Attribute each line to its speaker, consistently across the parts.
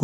Speaker 1: ค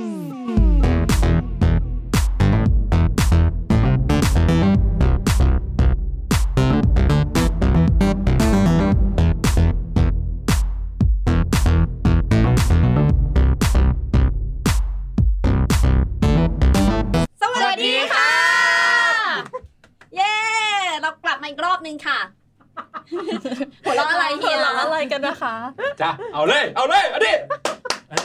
Speaker 1: ง
Speaker 2: สวัสดีค่ะ เย้เรากลับมาอีกรอบนึงค่ะ หัวเราะอะไรเฮีย
Speaker 3: หัวเราะอะไรกันนะคะ
Speaker 4: จ้ะเอาเลย เอาเลยอันนี้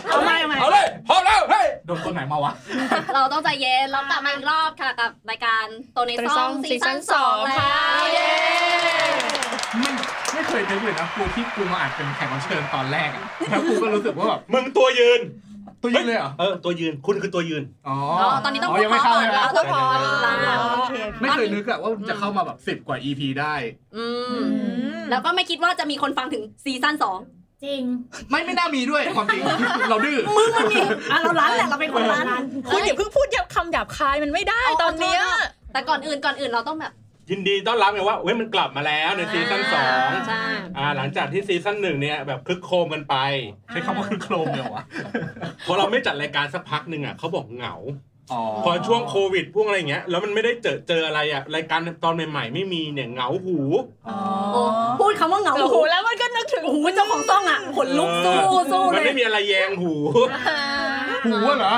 Speaker 5: เอาไม่เอาไม่
Speaker 4: เอาเลยพร้อมแล้วเฮ้ย
Speaker 5: โดนตัวไหนมาวะ
Speaker 2: เราต้องใจเย็นเรากลับมาอีกรอบค่ะกับรายการโตใน
Speaker 3: โตในซ่
Speaker 2: ซ่อ
Speaker 3: อง ง
Speaker 2: ซีซั่น
Speaker 3: Season
Speaker 2: สอง
Speaker 3: สอง
Speaker 2: แล้ว
Speaker 3: ค่ะ
Speaker 2: เย้
Speaker 5: มันไม่เคยนึกเลยนะกูที่กูมาอ่านเป็นแขกรับเชิญตอนแรกอะแล้วกูก็รู้สึกว่าแบบ
Speaker 4: มึงตัวยืน
Speaker 5: ตัวยืนเลยเหรอ
Speaker 4: เออตัวยืนคุณคือตัวยืน
Speaker 5: อ๋อ
Speaker 2: อ๋อตอนนี้ต้อง
Speaker 5: อยังไม่เข้า
Speaker 2: ก่อ
Speaker 5: ใช่
Speaker 2: น
Speaker 5: ไหม
Speaker 2: เราต้องพอ
Speaker 3: เออ
Speaker 2: แล้ว
Speaker 3: โอเค
Speaker 5: ไม่เคยนึกอะว่าจะเข้ามาแบบสิบ10 กว่า EP ได้
Speaker 2: อืม แล้วก็ไม่คิดว่าจะมีคนฟังถึงซีซั่นสอง
Speaker 6: จริง
Speaker 5: ไม่ไม่น่ามีด้วยความจริง เราดื้อ
Speaker 6: อ่ะเราร้านแหละ เราเป็นคนร้าน
Speaker 3: คุณอย่าเพิ่งพูดหยาบคำหยาบคายมันไม่ได้ตอนเนี้ย
Speaker 2: แต่ก่อนอื่นก่อนอื่นเราต้องแบบ
Speaker 4: ยินดีต้อนรับไงว่าเว้ยมันกลับมาแล้วในซีซั่นสอง
Speaker 2: ใช่
Speaker 4: อ่าหลังจากที่ซีซั่นหนึ่งเนี่ยแบบคึกโครมกันไป
Speaker 5: ใช้คำว่าคือโครมเลยวะ
Speaker 4: พอเราไม่จัดรายการสักพักหนึ่งอ่ะเขาบอกเหงา
Speaker 5: อ๋อ
Speaker 4: พอช่วงโควิดพวกอะไรอย่างเงี้ยแล้วมันไม่ได้เจอเจออะไรอ่ะรายการตอนใหม่ๆ ไม่มีเนี่ยเหงาหู
Speaker 5: อ๋อ
Speaker 2: โอ้พูดคำว่าเหงา
Speaker 3: โอ้โห
Speaker 2: หู
Speaker 3: แล้วมันก็นึกถึง
Speaker 2: โอ้โหเจ้าของซ่องอ่ะขนลุกสู้สู้เล
Speaker 4: มัน
Speaker 2: ย
Speaker 4: ไม่มีอะไรแยงหู
Speaker 5: หูเหรอ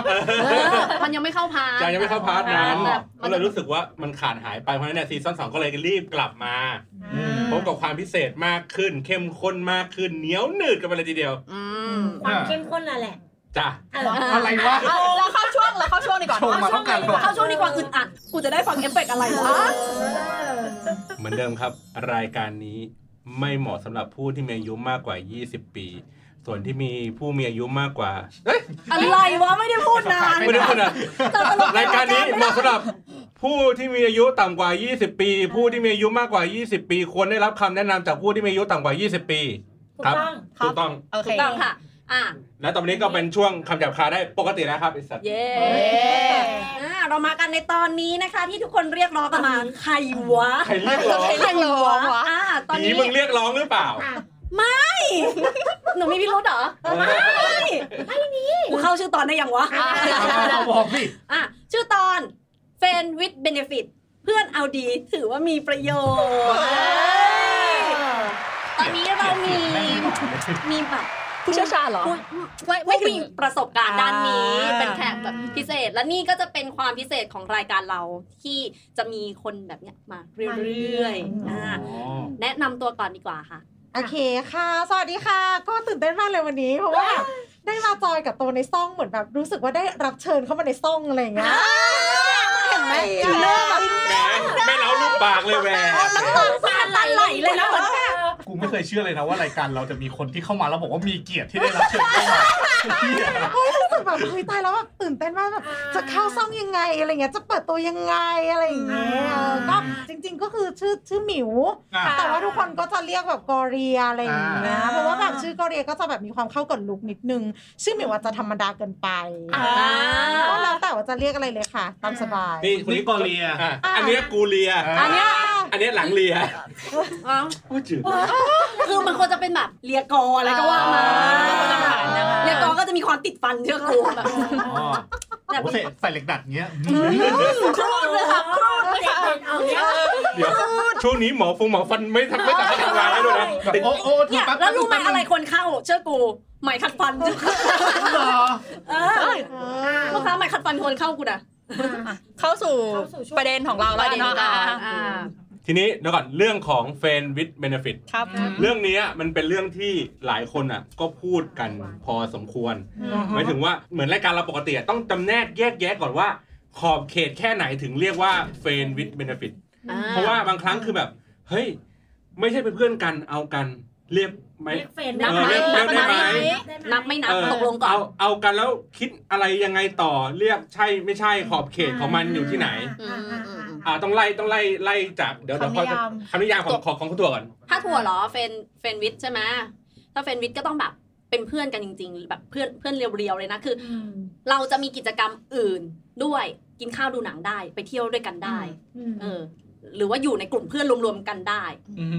Speaker 2: เออมันยังไม่เข้าพาร์ท
Speaker 4: ยังยังไม่เข้าพาร์ทนั้น
Speaker 2: แบบ
Speaker 4: ก็เลยรู้สึกว่ามันขาดหายไปเพราะฉะนั้นเนี่ยซีซั่นสองก็เลยรีบกลับมา พบกับความพิเศษมากขึ้น เข้มข้นมากขึ้นเหนียวหนืดกันไปเลยทีเดียว
Speaker 2: อืม
Speaker 6: ความเข้มข้นน่ะแหละ
Speaker 4: จ้ะ
Speaker 6: อ่ะเหรอ
Speaker 5: อะไรวะ
Speaker 3: อ่ะเราเข้าช่วงเราเข้าช่วงดีกว่า
Speaker 5: ชงมา
Speaker 3: เข้าช่ว
Speaker 5: เท่าง กัน
Speaker 3: ดีกว่า
Speaker 2: เข้าช่วงดีกว่าอึดอัด กูจะได้ฟังเอฟเฟกต์อะไรวะ
Speaker 4: เหมือนเดิมครับ รายการนี้ไม่เหมาะสำหรับผู้ที่มีอายุมากกว่า 20 ปี ส่วนที่มีผู้มีอายุมากกว่าเอ้ย
Speaker 2: อะไรวะไม่ได้พูดนาน
Speaker 4: ไม่ได้คนอะรายการนี้เหมาะสำหรับผู้ที่มีอายุต่ำกว่า 20 ปี ผู้ที่มีอายุมากกว่า 20 ปี ควรได้รับคำแนะนำจากผู้ที่มีอายุต่ำกว่า 20 ปี
Speaker 6: ถูก
Speaker 4: ครับ
Speaker 6: ต้อง
Speaker 4: ถูกต้อง
Speaker 3: โอเค
Speaker 2: ถูกต้องค่ะ อ่ะ
Speaker 4: และตอนนี้ก็เป็นช่วงคำหยาบคายได้ปกติแล้วครับไอสัตว์
Speaker 2: เย้
Speaker 3: เย้
Speaker 2: อ่ะเรามากันในตอนนี้นะคะ ที่ทุกคนเรียกร้องกันมาใครวะ
Speaker 4: ใครเรียกร้อง
Speaker 3: ใครเรียกร้องวะ
Speaker 2: อ่ะตอน
Speaker 4: ผี
Speaker 2: นี้
Speaker 4: มึงเรียกร้องหรือเปล่า
Speaker 6: อ่ะ
Speaker 2: หนูมีพิรุธเหรอไม่กูเข้าชื่อตอนได้ยังวะ
Speaker 5: เอาบอกสิ
Speaker 2: อ่ะ ชื่อตอน f r i e n d with benefit เพื่อนเอาดีถือว่ามีประโยชน์ ตอนนี้เรามี มีแบบ
Speaker 3: ผู้เชี่ยวชาญเหรอ
Speaker 2: ผู้ไม่
Speaker 3: ไม่
Speaker 2: ไม่
Speaker 3: ถึ
Speaker 2: มี
Speaker 3: ง
Speaker 2: ประสบการณ์ด้านนี้
Speaker 3: อ่า
Speaker 2: เป็นแขกแบบพิเศษ และนี่ก็จะเป็นความพิเศษของรายการเราที่จะมีคนแบบเนี้ยมาเรื่อยๆอ่าแนะนำตัวก่อนดีกว่าค่ะ
Speaker 7: โอเคค่ะ สวัสดีค่ะ ก็ตื่นเต้นมากเลยวันนี้ เพราะว่า ได้มาจอยกับตัวในซ่องเหมือนแบบรู้สึกว่าได้รับเชิญเข้ามาในซ่องอะไรอย่างเงี้ยเห็นไหมเริ่มแบบ
Speaker 4: แหมไม่เล้าลูกปากเลยแหว
Speaker 2: น้ำตาไหลเลยนะ
Speaker 5: กูไม่เคยเชื่อเลยนะว่ารายการเราจะมีคนที่เข้ามาแล้วบอกว่ามีเกียรติที่ได้รับเชิญเข้ามาเหี้ย
Speaker 7: รู้สึกแบบคุยตายแล้วแบบตื่นเต้นมากแบบจะเข้าซ่องยังไงอะไรเงี้ยจะเปิดตัวยังไงอะไรอย่างเงี้ยเออก็จริง ๆ ก็คือชื่อชื่อหมิว
Speaker 5: อ่ะ
Speaker 7: แต่ว่าทุกคนก็จะเรียกแบบกอเรียอะไรอย่างเงี้ย
Speaker 3: อ่า
Speaker 7: เพราะว่าแบบชื่อกอเรียก็จะแบบมีความเข้ากับลุกนิดนึง ชื่อหมิวอาจจะธรรมดาเกินไป
Speaker 2: อ่า
Speaker 7: ก็แล้วแต่ว่าจะเรียกอะไรเลยค่ะ ตามสบาย
Speaker 4: นี่คน
Speaker 5: นี่
Speaker 4: นี้
Speaker 5: กอเลีย
Speaker 4: ะอันเนี้ยกูเลีย
Speaker 2: อันเนี้ย
Speaker 4: อันเนี้ยหลังเลีย
Speaker 2: อ๋อ
Speaker 4: พูดจืด
Speaker 2: คือมันควรจะเป็นแบบเรียกออะไรก็ว่ามา
Speaker 3: อ่า
Speaker 2: เรียกอก็จะมีความติดฟันเชื่อกูแบบ
Speaker 5: อ๋อ
Speaker 2: แบบ
Speaker 5: โอ้ใส่ใส่เหล็กดัดเงี้ย
Speaker 2: ครูดเลยค่ะครูดเลยค่ะ
Speaker 6: เอาเนี่ย
Speaker 4: เดี๋ยวช่วงนี้หมอฟงหมอฟันไม่ทำไม่สามารถทำงานได้ด้วยนะ
Speaker 5: แบบ
Speaker 4: ติด
Speaker 5: โอ้โอ้เธ
Speaker 2: เนี่
Speaker 5: อย แป๊บ
Speaker 2: แล้วรู้ไหมอะไรคนเข้าเชื่อกูไหมขัดฟันเชื่อกู
Speaker 5: เหรอ
Speaker 2: เออลูกค้าไหมขัดฟันคนเข้ากูนะ
Speaker 3: เข้าสู่
Speaker 6: เข้าสู่ช่วง
Speaker 3: ประเด็นของเราแล้วกันเนาะอ่ะอ่ะ
Speaker 2: อ่า
Speaker 4: ทีนี้เดี๋ยวก่อนเรื่องของเฟนวิดเบนฟิต
Speaker 3: ครับ
Speaker 4: เรื่องเนี้ยมันเป็นเรื่องที่หลายคนอ่ะก็พูดกันพอสมควร หมายถึงว่าเหมือนรายการเราปกติอะต้องจำแนกแยกแยะก่อนว่า ขอบเขตแค่ไหนถึงเรียกว่าเฟนวิดเบนฟิต เพราะว่าบางครั้งคือแบบ เฮ้ย ไม่ใช่เป็นเพื่อนกันเอากันเรียกไหม
Speaker 6: เรียกเฟรน
Speaker 2: นับไหม
Speaker 4: เออเรียกได้ไหม
Speaker 2: นับไม่นับ
Speaker 4: เออ
Speaker 2: ตกลงก่อน
Speaker 4: เอาเอากันแล้วคิดอะไรยังไงต่อเรียกใช่ไม่ใช่ขอบเขตของมันอยู่ที่ไหน
Speaker 6: อ่าอ่าอ่า
Speaker 4: อ่าต้องไล่ต้องไล่ไล่จากเดี๋ยวเดี๋ยว
Speaker 3: คำ
Speaker 4: ขอย
Speaker 3: นิาม
Speaker 4: คำนิยามของของของคุณตัวก่อน
Speaker 2: ถ้าถั่วเหรอเฟนเฟนวิทใช่ไหมถ้าเฟนวิทก็ต้องแบบเป็นเพื่อนกันจริง ๆ แบบเพื่อนเพื่อนเรียวๆเลยนะคือ เราจะมีกิจกรรมอื่นด้วย กินข้าวดูหนังได้ ไปเที่ยวด้วยกันได้
Speaker 7: อืม
Speaker 2: เออ หรือว่าอยู่ในกลุ่มเพื่อนรวมๆกันได้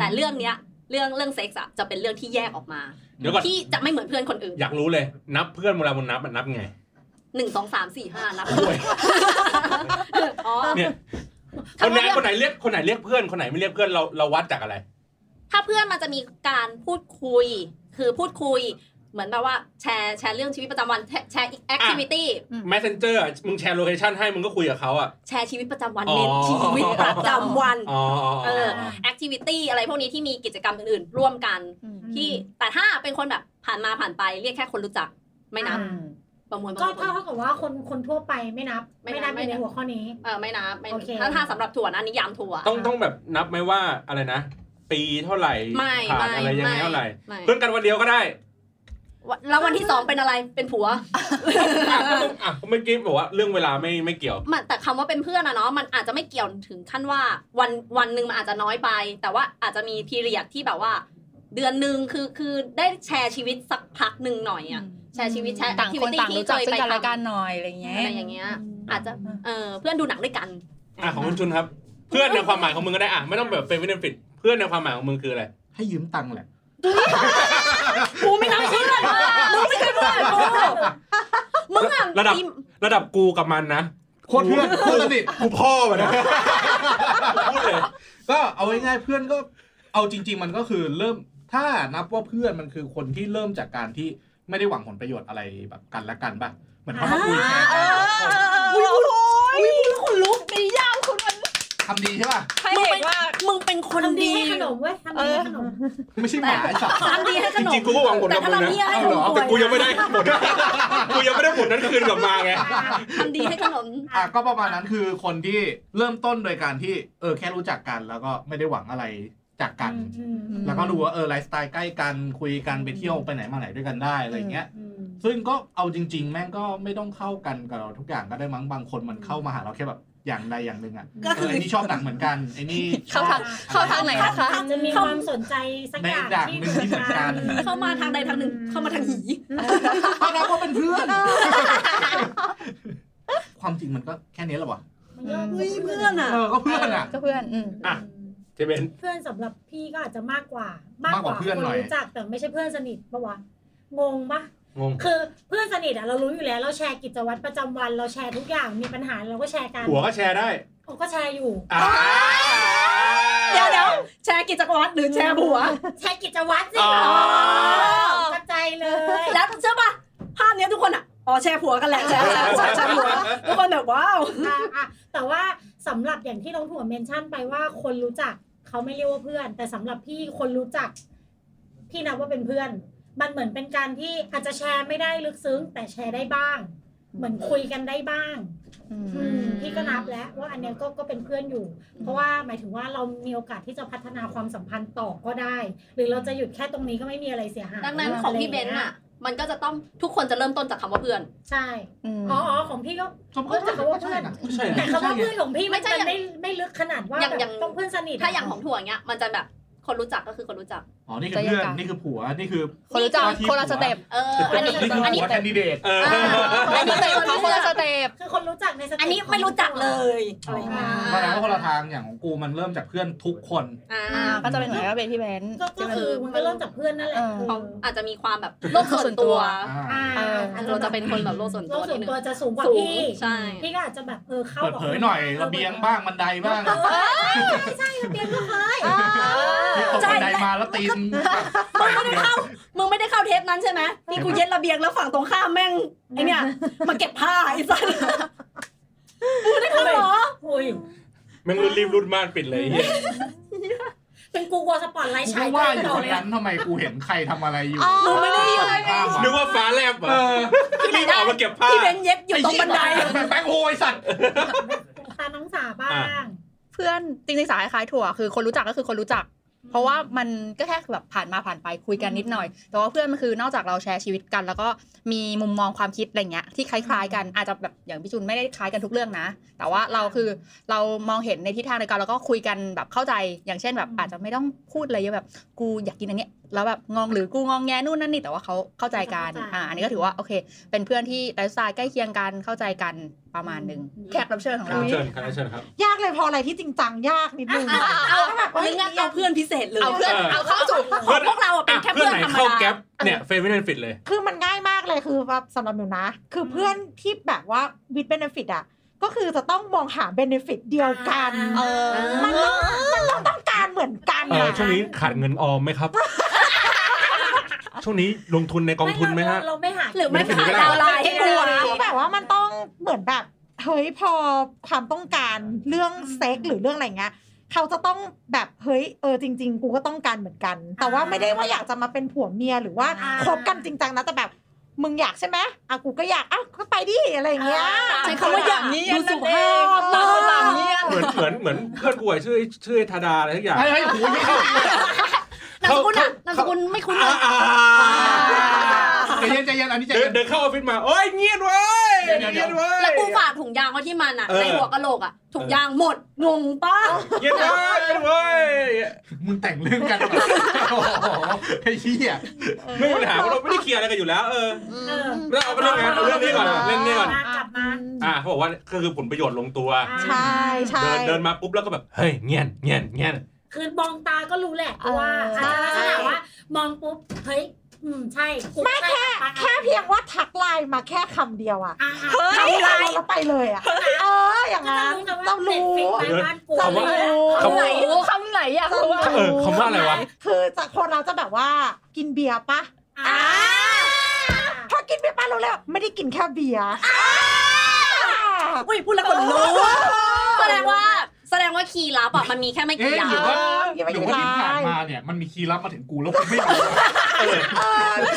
Speaker 2: แต่เรื่องเนี้ย เรื่องเรื่องเซ็กส์อะจะเป็นเรื่องที่แยกออกมา
Speaker 4: เดี๋ยวก่อน
Speaker 2: ที่จะไม่เหมือนเพื่อนคนอื่น
Speaker 4: อยากรู้เลย นับเพื่อนเวลามันนับมันนับไง
Speaker 2: หนึ่งสองสามสี่ห้านับ
Speaker 4: โอ้ย
Speaker 2: อ๋อ
Speaker 4: เนี่ยคนไหนคนไหนเรียกคนไหนเรียกเพื่อนคนไหนไม่เรียกเพื่อนเราเราวัดจากอะไร
Speaker 2: ถ้าเพื่อนมันจะมีการพูดคุย คือพูดคุย เหมือนแบบว่าแชร์แชร์เรื่องชีวิตประจำวันแชร์แชร์อีกแอคทิวิตี้
Speaker 4: messenger อะมึงแชร์โลเคชันให้มึงก็คุยกับเขาอ่ะ
Speaker 2: แชร์ชีวิตประจำวัน
Speaker 4: อ๋อ
Speaker 2: เน้นชีวิตประจำวัน
Speaker 4: อ๋ออ๋อ
Speaker 2: เอ
Speaker 4: อ๋อ
Speaker 2: อแอคทิวิตี้อะไรพวกนี้ที่มีกิจกรรมอื่นๆ ร่วมกัน ที่แต่ถ้าเป็นคนแบบผ่านมาผ่านไปเรียกแค่คนรู้จัก ไม่นับ
Speaker 6: อ่า
Speaker 2: ประมวลประ
Speaker 6: ก็
Speaker 2: มวล
Speaker 6: เท่ากับว่าคนคนทั่วไปไม่นับ
Speaker 2: ไม่
Speaker 6: ไม่
Speaker 2: นั
Speaker 6: นั
Speaker 2: บบไม่
Speaker 6: อยู่
Speaker 2: นั
Speaker 6: ใน
Speaker 2: บ
Speaker 6: หัวข้อนี้
Speaker 2: เออไม่นับไม่นับ
Speaker 6: โอเค
Speaker 2: ถ้าถ้าสำหรับถั่วนะนิยามถั่ว
Speaker 4: ต้องต้องแบบนับไหมว่าอะไรนะ ปีเท่าไหร่
Speaker 2: ไม่
Speaker 4: ผ่าน
Speaker 2: ไม่
Speaker 4: อะไรยังไง
Speaker 2: ไม่
Speaker 4: เท่าไหร่
Speaker 2: ไม่
Speaker 4: เพื่อนกันวันเดียวก็ได้
Speaker 2: แล้ววันที่สองเป็นอะไรเป็นผัว
Speaker 4: อ่ะก็ต้องอ่ะเมื่อกี้บอกว่าเรื่องเวลาไม่ไม่เกี่ยว
Speaker 2: มันแต่คำว่าเป็นเพื่อนอะเนาะมันอาจจะไม่เกี่ยวถึงขั้นว่าวันวันหนึ่งมันอาจจะน้อยไป แต่ว่าอาจจะมีพีเรียดที่แบบว่า เดือนหนึ่งคือคือได้แชร์ชีวิตสักพักหนึ่งหน่อยอะแชร์ชีวิตแชร์
Speaker 3: ต่างคน
Speaker 2: activity
Speaker 3: ต่างรู้จัก
Speaker 2: ที่
Speaker 3: ซึ่ง
Speaker 2: เคย
Speaker 3: กัน
Speaker 2: ไป
Speaker 3: และกัน
Speaker 2: ทำ
Speaker 3: หน่อยอะไรอย่างเงี้ย
Speaker 2: อะไรอย่างเงี้ย อาจจะเออเพื่อนดูหนังด้วยกัน
Speaker 4: อ่ะของคุณชุนครับ เพื่อนในความหมายของมึงก็ได้อ่ะไม่ต้องแบบเฟรนด์วินฟิตเพื่อนในความหมายของมึงคืออะไร
Speaker 5: ให้ยืมตังค์แหละ
Speaker 2: กูไม่นับเพื่อนว่ะมึงไม่ใช่เพื่อนกูมึงอะ
Speaker 4: ระดับ
Speaker 2: อีม
Speaker 4: ระดับกูกับมันนะ
Speaker 5: โคตรเพื่อนโคตรสนิท
Speaker 4: กูพ่อมันนะ
Speaker 5: พูดเลย ก็เอาง่ายๆเพื่อนก็ เอาจริง ๆ มันก็คือเริ่มถ้านับว่าเพื่อนมันคือคนที่เริ่มจากการที่ไม่ได้หวังผลประโยชน์อะไรแบบกันและกันป่ะเหมือนเขามาคุยแชร์กัน
Speaker 3: อุ้ยอุ้ยพูดแล้วขนลุกดียามคุณมัน
Speaker 5: ทำดีใช่ป่ะ
Speaker 3: ใครเอกว่า
Speaker 2: มึงเป็นคน
Speaker 6: ทำ
Speaker 2: ดี
Speaker 6: ดีให้ขนมเว้ยทำดีให้ขนม
Speaker 5: ไม่ใช่หมาไอ้สัตว์
Speaker 2: ทำดีให้ข
Speaker 4: จ
Speaker 2: นม
Speaker 4: ริงๆกูก็หวังผล
Speaker 2: แต่
Speaker 4: กับ
Speaker 2: ถ้า
Speaker 4: มึ
Speaker 2: เรา
Speaker 4: งนะ
Speaker 2: เนี่ยให้
Speaker 5: เอา
Speaker 2: ขนม
Speaker 5: เหรอ
Speaker 4: แต่กูยังไม่ได้ผลกูยังไม่ได้ผลนั้นคืนกลับมาไง
Speaker 2: ทำดีให้ขนม
Speaker 5: อ่ะก็ประมาณนั้นคือคนที่เริ่มต้นโดยการที่เออแค่รู้จักกัน แล้วก็ไม่ได้หวังอะไรจากกัน แล้วก็ดูว่าเออไลฟ์สไตล์ใกล้กันคุยกันไปเที่ยวไปไหนมาไหนด้วยกันได้อะไรเงี้ย ซึ่งก็เอาจริง ๆ แม่งก็ไม่ต้องเข้ากันกับเราทุกอย่างก็ได้มั้งบางคนมันเข้ามาหาเราแค่แบบอย่างใดอย่างหนึ่งอ่ะ
Speaker 3: ก็คือ
Speaker 5: เไนี่ชอบหนังเหมือนกันไอ้นี่
Speaker 3: เข้าทาง
Speaker 5: ชอบ
Speaker 3: เข้าทางไหนนะคะ
Speaker 6: อาจจะมีความสนใจสัก
Speaker 5: ใน
Speaker 6: อย่าง
Speaker 5: อย่าง
Speaker 6: ที่
Speaker 5: หนึ่งที่เหมือนกัน
Speaker 2: เข้ามาทางใดทางหนึ่งเข้ามาทางหี
Speaker 5: เพราะเราก็เป็นเพื่อน ความจริงมันก็แค่นี้แหละวะ
Speaker 2: เฮ้ยเพื่อนอ่ะ
Speaker 5: เออก็เพื่อนอ่ะ
Speaker 3: ก็เพื่อนอืม
Speaker 4: อ่ะเจเบน
Speaker 6: เพื่อนสำหรับพี่ก็อาจจะมากกว่า
Speaker 5: าม
Speaker 6: มาก
Speaker 5: กว่าเพื่อน
Speaker 6: ค
Speaker 5: หน่อย
Speaker 6: รู้จักแต่ไม่ใช่เพื่อนสนิทปะวะงงปะ
Speaker 4: งง
Speaker 6: คือเพื่อนสนิทอะเรารู้อยู่แล้ว เราแชร์กิจวัตรประจำวัน เราแชร์ทุกอย่างมีปัญหาเราก็แชร์กัน
Speaker 4: หัวก็แชร์ได้
Speaker 6: เราก็แชร์อยู่
Speaker 4: อ่า
Speaker 2: เดี๋ยวเดี๋ยวแชร์กิจวัตรหรือแชร์ผัว
Speaker 6: แชร์กิจวัตรสิ
Speaker 4: อ๋อ
Speaker 6: เข้าใจเลย
Speaker 2: แล้วเชื่อป่ะภาพเนี้ยทุกคนอ่ะอ๋อแชร์ผัวกันแหละแชร์แชร์แชร์แชร์ผัวทุกคนแบบว้าว
Speaker 6: อ่ะอ่ะแต่ว่าสำหรับอย่างที่น้องถั่วเมนชั่นไปว่าคนรู้จักเขาไม่เรียกว่าเพื่อน แต่สำหรับพี่คนรู้จัก พี่นับว่าเป็นเพื่อน มันเหมือนเป็นการที่อาจจะแชร์ไม่ได้ลึกซึ้ง แต่แชร์ได้บ้าง เหมือนคุยกันได้บ้าง อืมพี่ก็นับแล้วว่าอันเนี้ยก็ก็เป็นเพื่อนอยู่ เพราะว่าหมายถึงว่าเรามีโอกาสที่จะพัฒนาความสัมพันธ์ต่อก็ได้ หรือเราจะหยุดแค่ตรงนี้ก็ไม่มีอะไรเสียหาย
Speaker 2: ดังนั้นของพี่เบนซ์อ่ะ มันก็จะต้องทุกคนจะเริ่มต้นจากคำว่าเพื่อน
Speaker 6: ใช่อ๋ออ๋อของพี่ก็
Speaker 5: ชมก็
Speaker 6: แต่เขาว่าเพื่อน
Speaker 5: ก็ใช่นะ
Speaker 6: แต่คำว่าเพื่อนของพี่
Speaker 2: ไม่
Speaker 6: มัน
Speaker 2: ใช่
Speaker 6: มันไม่ไม่ลึกขนาดว่า
Speaker 2: อย่าง
Speaker 6: แบ
Speaker 2: อย่า
Speaker 6: บ
Speaker 2: ง
Speaker 6: ต้องเพื่อนสนิทะ
Speaker 2: ถ้าอย่างของถั่วเนี้ยมันจะแบบคนรู้จักก็คือคนรู้จัก
Speaker 5: อ๋อนี่คือเพื่อนนี่คือผัวนี่คือ
Speaker 3: คนรู้จักคนละสเต็ป
Speaker 2: เอออันนี้
Speaker 5: นี่คือ
Speaker 2: อันนี้
Speaker 5: ผัวแคนดิเดต
Speaker 4: เออ
Speaker 2: อ่า
Speaker 3: คนละสเต็ปเขาคนละสเต็ป
Speaker 6: คือคนรู้จักในสเต็ป
Speaker 2: อันนี้ไม่รู้จักเลยอะไรอย่างเงี้ย
Speaker 5: มาแล้วก็คนละทางอย่างของกูมันเริ่มจากเพื่อนทุกคน
Speaker 2: อ่า
Speaker 3: อ่า ก็จะเป็นเหมือนกับเป็นพี่แบน
Speaker 6: ก็ก็คือมันก็เริ่มจากเพื่อนนั่นแหละ
Speaker 3: เออ
Speaker 6: คือ
Speaker 2: เขาอาจจะมีความแบบโลกส่วนตัว
Speaker 5: อ่า
Speaker 6: อ่า
Speaker 3: เออ
Speaker 2: เราจะเป็นคนแบบโลกส่วน
Speaker 6: โล
Speaker 2: ตั
Speaker 6: ก
Speaker 2: วนิด
Speaker 6: ส่วน
Speaker 2: นึง
Speaker 6: ตัวจะสูงกว่า
Speaker 2: สูง
Speaker 6: พี่
Speaker 2: ใช่
Speaker 6: พี่ก็อาจจะแบบเออเข้า
Speaker 5: เปิดเผยหน่อยระเบียงบ้างบันไดบ้าง
Speaker 6: เออใช่ระเบียงก็เคย
Speaker 5: ที่ตกบันไดมาแล้วตีน
Speaker 2: มึงไม่ได้เข้ามึงไม่ได้เข้าเทปนั้นใช่ไหมนี่กูเย็ดระเบียงแล้วฝั่งตรงข้ามแม่งไอเนี่ยมาเก็บผ้าไอ้สัสมึงได้เข้าเหรอ
Speaker 6: อุ้ย
Speaker 4: แม่งรุนรีบรุนมากปิดเลยไอ้เหี้ย
Speaker 6: เป็นกูกลัวสปอตไลท์
Speaker 5: กู
Speaker 6: ฉาย
Speaker 5: ก็
Speaker 6: ตัว
Speaker 5: ว่าอง
Speaker 6: เอ
Speaker 5: ยู่
Speaker 6: ต่อ
Speaker 5: วัน
Speaker 6: เลย
Speaker 5: นั้นทำไมกูเห็นใครทำอะไรอยู่
Speaker 2: หนูไม่ได้เย็ด
Speaker 5: ข้าม
Speaker 4: นึ
Speaker 5: มาก
Speaker 4: ว่าฟ้าแลบเหร
Speaker 5: เอ
Speaker 4: อ่ะ
Speaker 5: อ
Speaker 4: รีบออกมาเก็บผ้า
Speaker 2: พี่เบนเย็ดอยู่ตรงบันได
Speaker 5: แบงแบงโอ้ยสัตว์
Speaker 6: ตาน้องสาบ้าง
Speaker 3: เพื่อนจริงๆสายคล้ายถั่วคือคนรู้จักก็คือคนรู้จัก เพราะว่ามันก็แค่แบบผ่านมาผ่านไปคุยกันนิดหน่อย แต่ว่าเพื่อนมันคือนอกจากเราแชร์ชีวิตกัน แล้วก็มีมุมมองความคิดอะไรเงี้ยที่คล้ายๆกันอาจจะแบบอย่างพี่จุนไม่ได้คล้ายกันทุกเรื่องนะ แต่ว่าเราคือเรามองเห็นในทิศทางเดียวกันแล้วก็คุยกันแบบเข้าใจ อย่างเช่นแบบอาจจะไม่ต้องพูดอะไรเยอะแบบกูอยากกินอันเนี้ย แล้วแบบงองหรือกูงองแงนู่นนั่นนี่แต่ว่าเขาเข้าใจกัน
Speaker 6: เข้าใจ
Speaker 3: อ่าอันนี้ก็ถือว่าโอเค เป็นเพื่อนที่ไลฟ์สไตล์ใกล้เคียงกันเข้าใจกันประมาณหนึ่งแขกรับเชิญของ
Speaker 4: ครั
Speaker 3: เรา
Speaker 4: บเชิญครับเชิญครับ
Speaker 7: ยากเลยพออะไรที่จริงจังยากนิดนึง
Speaker 2: เอาแบบเฮ้ยงั้นเอาเพื่อนพิเศษเลย
Speaker 3: เอาเพื่อนเอาเข้าสู่
Speaker 2: ของพวกเราอะเป็น
Speaker 4: อ่ะ
Speaker 2: แค่เพื่
Speaker 4: เพื่อ
Speaker 2: อน น
Speaker 4: ไหน
Speaker 2: ธรรม
Speaker 4: เข้า
Speaker 2: ดา
Speaker 4: แก๊ปเนี่ยเฟรนด์ไม่ได้ฟิตเลย
Speaker 7: คือมันง่ายมากเลยคือแบบสำหรับหนูนะ คือเพื่อนที่แบบว่าวิดเบนฟิตอ่ะ ก็คือจะต้องมองหาเบนฟิตเดียวกัน
Speaker 3: เออ
Speaker 7: มันต้องมันต้องต้องการเหมือนกัน
Speaker 4: เออ
Speaker 7: อะ
Speaker 4: ช่วงนี้ขาดเงินออมไหม ครับ ช่วงนี้ลงทุนในกองทุนไหมฮะ
Speaker 6: เราไม่หา
Speaker 2: หรือไม่
Speaker 4: ไม่ถึง
Speaker 2: ขา
Speaker 4: ก็
Speaker 2: ย
Speaker 4: ได้
Speaker 2: ดาวน์ไลน์ให้กลัว
Speaker 7: คือแบบว่ามันต้องเหมือนแบบเฮ้ยพอความต้องการเรื่องเซ็กหรือเรื่องอะไรเงี้ยเขาจะต้องแบบเฮ้ยเออจริง ๆ กูก็ต้องการเหมือนกัน แต่ว่าไม่ได้ว่าอยากจะมาเป็นผัวเมียหรือว่า
Speaker 6: อ่า
Speaker 7: คบกันจริงจังนะแต่แบบมึงอยากใช่ไหมอ่ะกูก็อยากอ่ะก็ไปดิอะไรอย่างเงี้ย
Speaker 2: ใช้คำว่าอย่างนี้
Speaker 3: ดู
Speaker 2: ดู
Speaker 3: สุ
Speaker 2: สุ
Speaker 3: ภา
Speaker 2: ภา
Speaker 3: พ
Speaker 2: พต่างคนต่างเงียบ
Speaker 4: เหมือนเหมือนเหมือนเพื่อนกูอะชื่อชื่อธาดาอะไรทุกอย่าง
Speaker 5: ไอ้ไอ้หูยไม่เข้าน
Speaker 2: ามสกุลอะ
Speaker 4: เขา
Speaker 2: นามสกุลไม่คุ้นเล
Speaker 4: อ่ายอ่า
Speaker 5: ใจเย็นใจเย็นอันนี้ใจ
Speaker 4: เดิ
Speaker 5: เย็
Speaker 4: น
Speaker 5: น
Speaker 4: เดินเข้าออฟฟิศมาโอ้ยเงียบเว้ย
Speaker 5: เดี๋ยวเดี๋ยว
Speaker 4: เงียบเว้ย
Speaker 2: แล้วกูฝากถุงยางไว้ที่มันอะ
Speaker 4: เออ
Speaker 2: ในหัวกะโหลกอะถุงยางหมดงงป้า
Speaker 4: เงียบเว้ยเงียบเว้ย
Speaker 5: มึงแต่งเรื่องกันแบบโอ้โหไอ้เหี้ย
Speaker 4: ไม่มีปัญหาเพราะเราไม่ได้เคลียร์อะไรกันอยู่แล้วเออ
Speaker 6: เออ
Speaker 4: เราเอาไปเรื่องงานเอาเรื่องนี้ก่อนเรื่องนี้ก่อน
Speaker 6: กลับมา
Speaker 4: อ่าเขาบอกว่าก็คือผลประโยชน์ลงตัว
Speaker 7: ใช่ใช่
Speaker 4: เดินเดินมาปุ๊บแล้วก็แบบเฮ้ยเงียบเงียบเงียบ
Speaker 6: คือมองตาก็รู้แหละ
Speaker 7: เออ
Speaker 6: ว่าอาจจะลักษณะว่า มองปุ๊บเฮ้ยอืมใช่กู
Speaker 7: ไม่แค่
Speaker 6: ใช่ปะ
Speaker 7: แค่เพียงว่าทักไลน์มาแค่คำเดียวอะ
Speaker 6: อ่ะอ่ะ
Speaker 7: ทักไลน์แล้วไปเลยอะเอออย่าง
Speaker 6: ก็จะ
Speaker 7: นั้น
Speaker 6: รู้กัน
Speaker 7: ต้อง
Speaker 6: ว่าเน็ต
Speaker 7: รู้
Speaker 6: ฟิกไปบ้านกู
Speaker 7: ต้อง
Speaker 4: คำว่า
Speaker 7: รู้
Speaker 4: คำ
Speaker 3: ไหนคำไหนอยาก
Speaker 7: ต้อง
Speaker 3: รู้ว่า
Speaker 7: รู้
Speaker 4: เออคำว่าอะไรวะ
Speaker 7: คือจากคนเราจะแบบว่ากินเบียร์ปะ
Speaker 6: อ่า
Speaker 7: พอกินเบียร์ปะรู้เลยว่าไม่ได้กินแค่เบียร์
Speaker 2: อุ้ยพูดแล้วคนลุกแสดงว่าแสดงว่าคีย์ลับอะมันมีแค่ไม่กี่
Speaker 5: เอ๊ะ
Speaker 2: อย่า
Speaker 5: หรื
Speaker 2: ง
Speaker 5: อว่า
Speaker 7: กินไป
Speaker 5: หรื
Speaker 7: กิ
Speaker 5: อน ว่า
Speaker 7: ไล
Speaker 5: ที่ผ่าน
Speaker 7: น์
Speaker 5: มาเนี่ยมันมีคีย์ลับมาถึงกูแล้วกูไม่รู้
Speaker 7: เออคุณ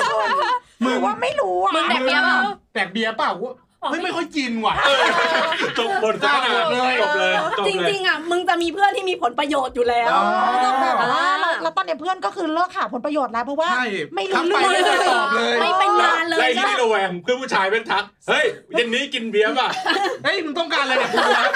Speaker 7: หรือว่าไม่รู้อะ
Speaker 2: มึงแดกเบียร์เปล่า
Speaker 5: แตกเบียร์เปล่ากูเฮ้ยไม่ค่อยกินว่ะ
Speaker 4: จบบทสนทนาเลยจบเลยจบ
Speaker 2: จ
Speaker 4: เลย
Speaker 2: ริงๆอะมึงจะมีเพื่อนที่มีผลประโยชน์อยู่แล้ว
Speaker 5: อ๋อ
Speaker 7: เออแต่แบบว่าเราแล้วตอนเนี้ยเพื่อนก็คือเลิกหาผลประโยชน์แล้วเพราะว่า
Speaker 5: ใช่
Speaker 7: ไม่รู้
Speaker 5: ทักไป
Speaker 7: เรื่
Speaker 5: ไม่ได้
Speaker 7: อง
Speaker 5: ตอบเลย
Speaker 2: ไม่เป็นงานเล
Speaker 4: ไล่
Speaker 2: ย
Speaker 4: ที่ระแวงเพื่อนผู้ชายเป็นทัก เฮ้ยเย็นนี้กินเบียร์ป่ะ
Speaker 5: เฮ้ยมึงต้องการอะไรเนี่ยกูนะ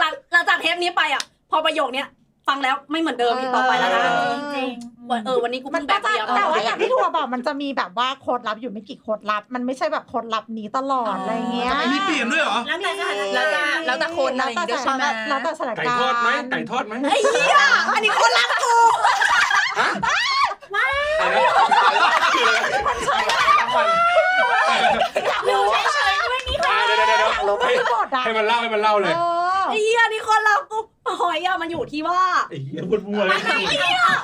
Speaker 2: หลังหลังจากเทปนี้ไปอะพอประโยคเนี้ยฟังแล้วไม่เหมือนเดิมอีกต่อไปแล้วนะ
Speaker 7: เออ
Speaker 6: จริง
Speaker 2: วันเออวันนี้กู
Speaker 7: มั
Speaker 2: เพิ่
Speaker 7: น
Speaker 2: งแบ
Speaker 7: ก็
Speaker 2: บ
Speaker 7: จะ
Speaker 2: เดียว
Speaker 7: แต่ว่าอย่างที่ทัวร์บอกมันจะมีแบบว่าโค้ดลับอยู่ไม่กี่โค้ดลับ มันไม่ใช่แบบโค้ดลับนี้ตลอดอะไรเงี้ย
Speaker 5: ไอ้นี่เปลี่ยนด้วยเหรอ
Speaker 6: แล้วแต่สถาน
Speaker 3: แล้
Speaker 6: กาว
Speaker 3: แต่
Speaker 6: รณ์
Speaker 3: แล้วแต่คนอะไรอย่างงี้ด้วยใช่ไหม
Speaker 7: แล้วแต่สถาน
Speaker 4: ไก่
Speaker 7: การณ์
Speaker 4: ทอดไหมไก่ทอดไหม
Speaker 2: ไอ้เหี้ยอันนี้คนรักกู
Speaker 7: มันใช่อยากรู้ว่า
Speaker 2: เฉยๆไม่มี
Speaker 4: อ่าเดี๋ยวเดี๋ยวเดี๋ยว
Speaker 7: อยากรู้ไม่
Speaker 4: ให้
Speaker 7: หมดอ่ะ
Speaker 4: ให้มันเล่าให้มันเล่าเลย
Speaker 7: เออ
Speaker 2: ไอ้เหี้ยอันนี้คนรักกูหอยอะมันอยู่ที่ว่า
Speaker 4: ไอ้เหี้ยพูดมั่วเลย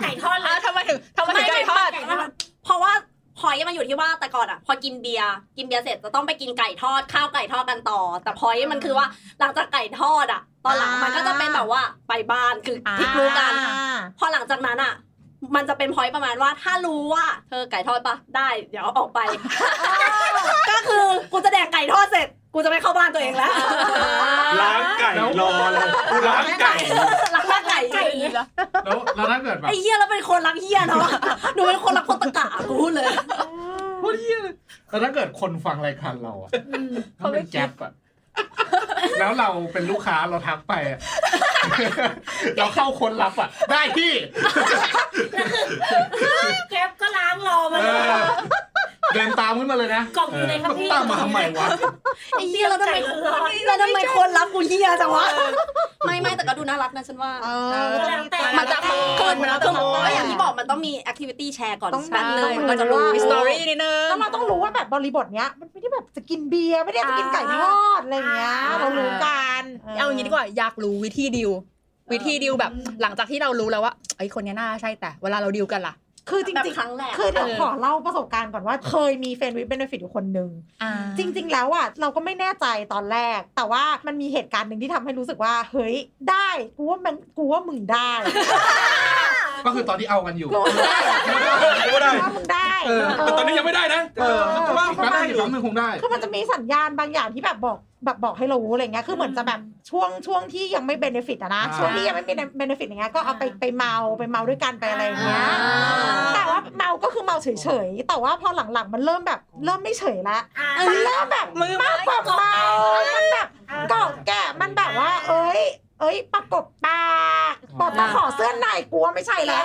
Speaker 6: ไก่ทอด
Speaker 3: อ่ะ
Speaker 6: แล้ว
Speaker 3: ทำไมถึงทำไมถึ
Speaker 2: ไม่
Speaker 3: งไก่
Speaker 2: ไม่
Speaker 3: ท
Speaker 2: ท
Speaker 3: อ
Speaker 2: อ
Speaker 3: ด
Speaker 2: ดเพราะว่าพอยมันอยู่ที่ว่าแต่ก่อนอ่ะ พอกินเบียร์กินเบียร์เสร็จจะต้องไปกินไก่ทอดข้าวไก่ทอดกันต่อ แต่พอยมันคือว่าหลังจากไก่ทอดอ่ะ ตอนหลังมันก็จะเป็นแบบว่าไปบ้านคือพลิกรู้กัน
Speaker 7: อ่า
Speaker 2: พอหลังจากนั้นอ่ะ มันจะเป็นพอยประมาณว่าถ้ารู้ว่าเธอไก่ทอดปะได้ เดี๋ยวเอาออกไป ก็คือกูจะแดกไก่ทอดเสร็จ กูจะไม่เข้าบ้านตัวเองแล้ว
Speaker 4: ล้างไก่รอเลยกูล้างไก่
Speaker 2: รักไก่
Speaker 6: ไก่
Speaker 5: แล้วแล้วถ้าเกิดแบบ
Speaker 2: ไอ้เหี้ยแล้วเป็นคนรักเหี้ยเนาะหนูเป็นคนรักคนตะกะกูพูดเลย
Speaker 5: แล้วถ้าเกิดคนฟังรายการเราอะ
Speaker 6: อืม
Speaker 5: เขาเป็นแก๊ปอะแล้วเราเป็นลูกค้าเราทักไป อะเราเข้าคนรับอะได้ที่
Speaker 6: แก๊ปก็ล้างรอมา
Speaker 5: เอ
Speaker 6: เลย
Speaker 5: อเดินตามขึ้นมาเลยนะ
Speaker 6: กล่องอยู่ในคัพพี่
Speaker 5: ตามมาทำไมวะ
Speaker 2: ไอ้เหี้ยแล้วทำไม
Speaker 6: ก่ร้อน
Speaker 2: แล้วทำไมคนรับกูเหี้ยจังวะไม่ไม่แต่ก็ดูน่ารักนะฉันว่า
Speaker 7: เออ
Speaker 6: ก็แล้วแต่
Speaker 3: มันจะ
Speaker 2: คื
Speaker 3: เกิ
Speaker 2: อ
Speaker 3: ดมาแล้วจะ
Speaker 2: คือ
Speaker 3: มอง
Speaker 2: ก็อย่างที่บอกมันต้องมีแอคทิวิตี้แชร์ก่อน
Speaker 7: ต้อง
Speaker 2: แป๊บนึง
Speaker 7: ต้อง
Speaker 2: มันก็จะรู้
Speaker 7: รู้
Speaker 3: มีสตอรี่นิดนึง
Speaker 7: แล้วเราต้องรู้ว่าแบบบริบทเนี้ย มันไม่ได้แบบจะกินเบียร์ไม่ได้จะกินไก่ทอดอะไรเงี้ย
Speaker 3: อ่า
Speaker 7: เรารู้กัน
Speaker 3: เอาอย่างนี้ดีกว่าอยากรู้วิธีดิว วิธีดิวแบบหลังจากที่เรารู้แล้วว่าไอ้ยคนเนี้ยน่าใช่แต่เวลาเราดิวกันล่ะ
Speaker 7: คือจ
Speaker 2: แบบ
Speaker 7: ริง
Speaker 2: ครั้งแรก
Speaker 7: ๆคือเดี๋ยวขอเล่าประสบการณ์ก่อนว่าเคยมีเฟนวิทเบนฟิตอยู่คนหนึ่ง จริง ๆ แล้วอ่ะเราก็ไม่แน่ใจตอนแรก แต่ว่ามันมีเหตุการณ์หนึ่งที่ทำให้รู้สึกว่า เฮ้ยได้กูว่ามันกูว่ามึงได้
Speaker 5: ก็คือตอนที่เอากันอยู่
Speaker 7: กูว่ามึงได้
Speaker 4: กูว่าได้
Speaker 7: ว่ามึงได้
Speaker 5: เออ
Speaker 7: เอ
Speaker 4: แต่
Speaker 7: อ
Speaker 4: ตอนนี้ยังไม่ได้นะ
Speaker 7: เออ
Speaker 4: กูว่า
Speaker 5: แป๊บนึงแป๊บนึงคงได้
Speaker 7: คือมันจะมีสัญญาณบางอย่างที่แบบบอกแบบบอกให้เรารู้อะไรเงี้ยคือเหมือนจะแบบช่วงช่วงที่ยังไม่เบนฟิตอะนะ
Speaker 5: อ่า
Speaker 7: ช่วงที่ยังไม่เป็นเบนฟิตอย่างเงี้ยก็เอาไปไปเมาไปเมาด้วยกันไปอะไรอย่างเงี้ย
Speaker 2: อ่า
Speaker 7: แต่ว่าเมาก็คือเมาเฉยๆแต่ว่าพอหลังๆมันเริ่มแบบเริ่มไม่เฉยละ
Speaker 6: อ่า
Speaker 7: มันเริ่มแบบ
Speaker 3: มือไม้
Speaker 7: มากกว่าเมามันแบบ กอกแกะมันแบบว่า เอ้ย เอ้ย ประกบปาก บอกมาขอเสื้อในกูว่าไม่ใช่แล้ว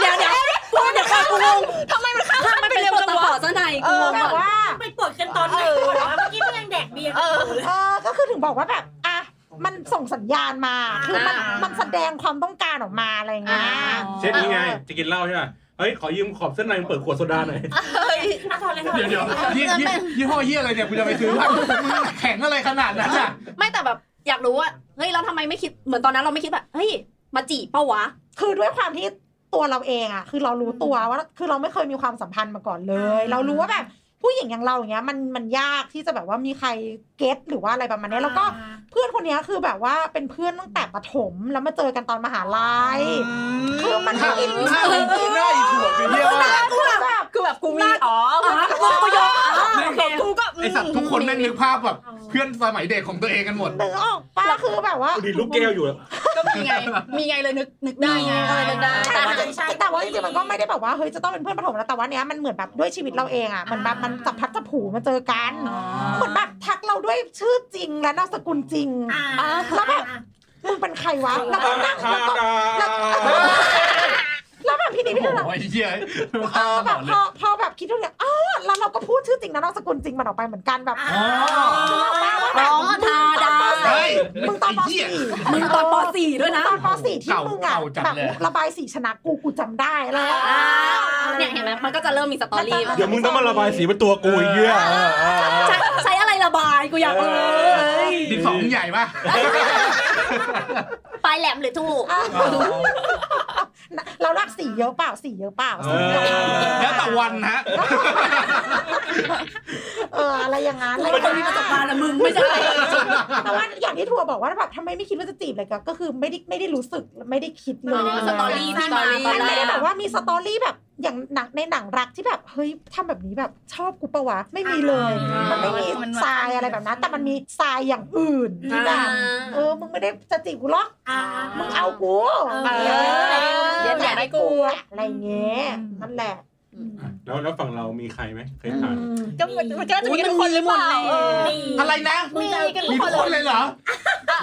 Speaker 2: เดี๋ยวเดี๋ยวกูเดี๋ยวก่อนกูงง
Speaker 3: ทำไมมันข้ามขั้น
Speaker 2: มัน
Speaker 3: ไป
Speaker 2: เป็น
Speaker 3: เร็ว
Speaker 2: ปวด
Speaker 3: จัง
Speaker 2: ตะข
Speaker 3: วะ
Speaker 2: อซะใน
Speaker 7: เอ
Speaker 2: กูง
Speaker 7: อง แบ
Speaker 2: ก่อ
Speaker 7: บ
Speaker 2: น
Speaker 7: ว่า
Speaker 6: ไปปวดกันตอนไหนปวดวะเมื่อกี้มันยังแดกเบียร์กันอยู่เลย
Speaker 7: เออก็คือถึงบอกว่าแบบอ่ะมันส่งสัญญาณมาคือมัน
Speaker 3: อ่ามั
Speaker 7: มันแสดงความต้องการออกมาอะไรเงี้ย
Speaker 4: เช่นนี้ไง จะกินเหล้าใช่ไหมเฮ้ย ขอยืมขอบเส้นในเปิดขวดโซดาหน่อย
Speaker 6: อ่ะถอดเลยถอด
Speaker 5: เดี๋ยว
Speaker 6: เล
Speaker 5: เดี๋ยวย ยี่ยี่ยี่ห้อยี่อะไรเนี่ยกูจะไปซื้อบ้างมึงแข็งอะไรขนาดนั้นอ่ะ
Speaker 2: ไม่แต่แบบอยากรู้ว่าเฮ้ยเราทำไมไม่คิดเหมือนตอนนั้นเราไม่คิดแบบเฮ้ยมาจีบเปะวะ
Speaker 7: คือด้วยความที่ตัวเราเองอ่ะ คือเรารู้ตัวว่าคือเราไม่เคยมีความสัมพันธ์มาก่อนเลย
Speaker 6: อ่า
Speaker 7: เรารู้ว่าแบบผู้หญิงอย่างเราอย่างเงี้ยมันมันยากที่จะแบบว่ามีใครเก็ตหรือว่าอะไรประมาณเนี้ยแล้วก็เพื่อนคนเนี้ยคือแบบว่าเป็นเพื่อนตั้งแต่ประถมแล้วมาเจอกันตอนมหาลัยคือมัน
Speaker 5: ถ้า
Speaker 7: อิน
Speaker 5: ถ้ามึงกินได้อีถั่วคือเยี่ยมมาก
Speaker 7: คือแบบ
Speaker 3: คือแบบกูมีอ๋อกูประโยคกูก็
Speaker 5: ไอสัตว์ทุกคนแม่งนึกภาพแบบเพื่อนสมัยเด็กของตัวเองกันหมด
Speaker 7: นึกออกป้าคือแบบว่า
Speaker 4: กูดีดลูกแก้วอยู่
Speaker 3: ก็มีไง มีไงเลยนึกนึกได้ไง
Speaker 2: มีไงเลยนึกได้
Speaker 7: ใช่
Speaker 3: แต่ว่า
Speaker 7: ใช่แต่ว่าจริงๆมันก็ไม่ได้แบบว่าเฮ้ยจะต้องเป็นเพื่อนประถมแล้วแต่ว่าเนี้ยมันเหมือนแบบด้วยชีวิตเราเองอ่ะมันแบบมันจับพัดจับผูมาเจอกันเหมือนแบบทักเราด้วยชื่อจริงและนามสกุลจริง
Speaker 6: อ่า
Speaker 7: แล้วแบบมึงเป็นใครวะแล้วก็นั่งแล้วก็แล้วแบบพี่นี่พี่นี่แบบ
Speaker 5: โอ้ยเหี้ย
Speaker 7: เออแบบพอพอแบบคิดดูเนี่ยอ๋อแล้วเราก็พูดชื่อจริงและนามสกุลจริงมันออกไปเหมือนกันแบบ
Speaker 5: อ๋อ
Speaker 7: นึกออกปะว่าแบ
Speaker 2: น้
Speaker 7: บ
Speaker 2: องทาดา
Speaker 5: เฮ้ย
Speaker 7: มึงตอนป
Speaker 5: ไเหี้ย
Speaker 2: มึงตอนป .4 ด้วยนะ
Speaker 7: ตอนป .4 ที่
Speaker 5: เก่า
Speaker 7: มึงอ่ะ
Speaker 5: เก่าจัด
Speaker 7: แบบ
Speaker 5: เลย
Speaker 7: ระบายสีชนะกูกูจำได้แล้ว
Speaker 2: อ่าเนี่ยเห็นไหมมันก็จะเริ่มมีสตอรี่
Speaker 4: เดี๋ยวมึงต้องมาระบายสีเป็นตัวกูอีกเหี้ยเออเออเออ
Speaker 2: ใช้ใช้อะไรระบายกูอยากรู้
Speaker 4: เออ
Speaker 2: เอ้ย
Speaker 5: ดินสองใหญ่ปะ
Speaker 2: ปลายแหลมหรือถูก
Speaker 7: อ่าเรารักสีเยอะเปล่าสีเยอะเปล่าสีเยอะเปล่า
Speaker 5: แล้วแต่วันฮะ
Speaker 7: เอออะไรอย่างนั้นอะไรอ
Speaker 2: มันจะมีป
Speaker 7: ย่างนั้น
Speaker 2: ระสบการณ์นะมึงไม่ใช่
Speaker 7: แต่ว่าอย่างที่ทัวร์บอกว่าแบบทำไมไม่คิดว่าจะจีบเลยก็ก็คือไม่ได้ไม่ได้รู้สึกไม่ได้คิดเล
Speaker 2: มั
Speaker 7: ย
Speaker 2: นไม่มีสตอรี่ที่มาตอ
Speaker 7: มัน น
Speaker 2: แร
Speaker 7: ไม่ได้
Speaker 2: ก
Speaker 7: แบบว่ามีสตอรี่แบบอย่างหนังในหนังรักที่แบบเฮ้ยทำแบบนี้แบบชอบกูปะวะไม่มีเลย
Speaker 2: อ่ามั
Speaker 7: มันไม่มีทรายอะไรแบบนั้น แต่มันมีทรายอย่างอื่นที่แบบ เออ มึงไม่ได้จะจีบกูหรอก
Speaker 6: อ่า
Speaker 7: มึงเอากู
Speaker 6: เออ
Speaker 3: เย็นอยากได้กู
Speaker 7: อะไรเงี้ย นั่นแหละ
Speaker 4: แล้วแล้วฝั่งเรามีใครไหมเคยผ่าน
Speaker 3: ก็มันมันก็จะมีทุกคนเลยหมดเลย
Speaker 6: นี่
Speaker 5: อะไรนะ
Speaker 6: มึงจะ
Speaker 5: มีทุกคนเลยเหรอ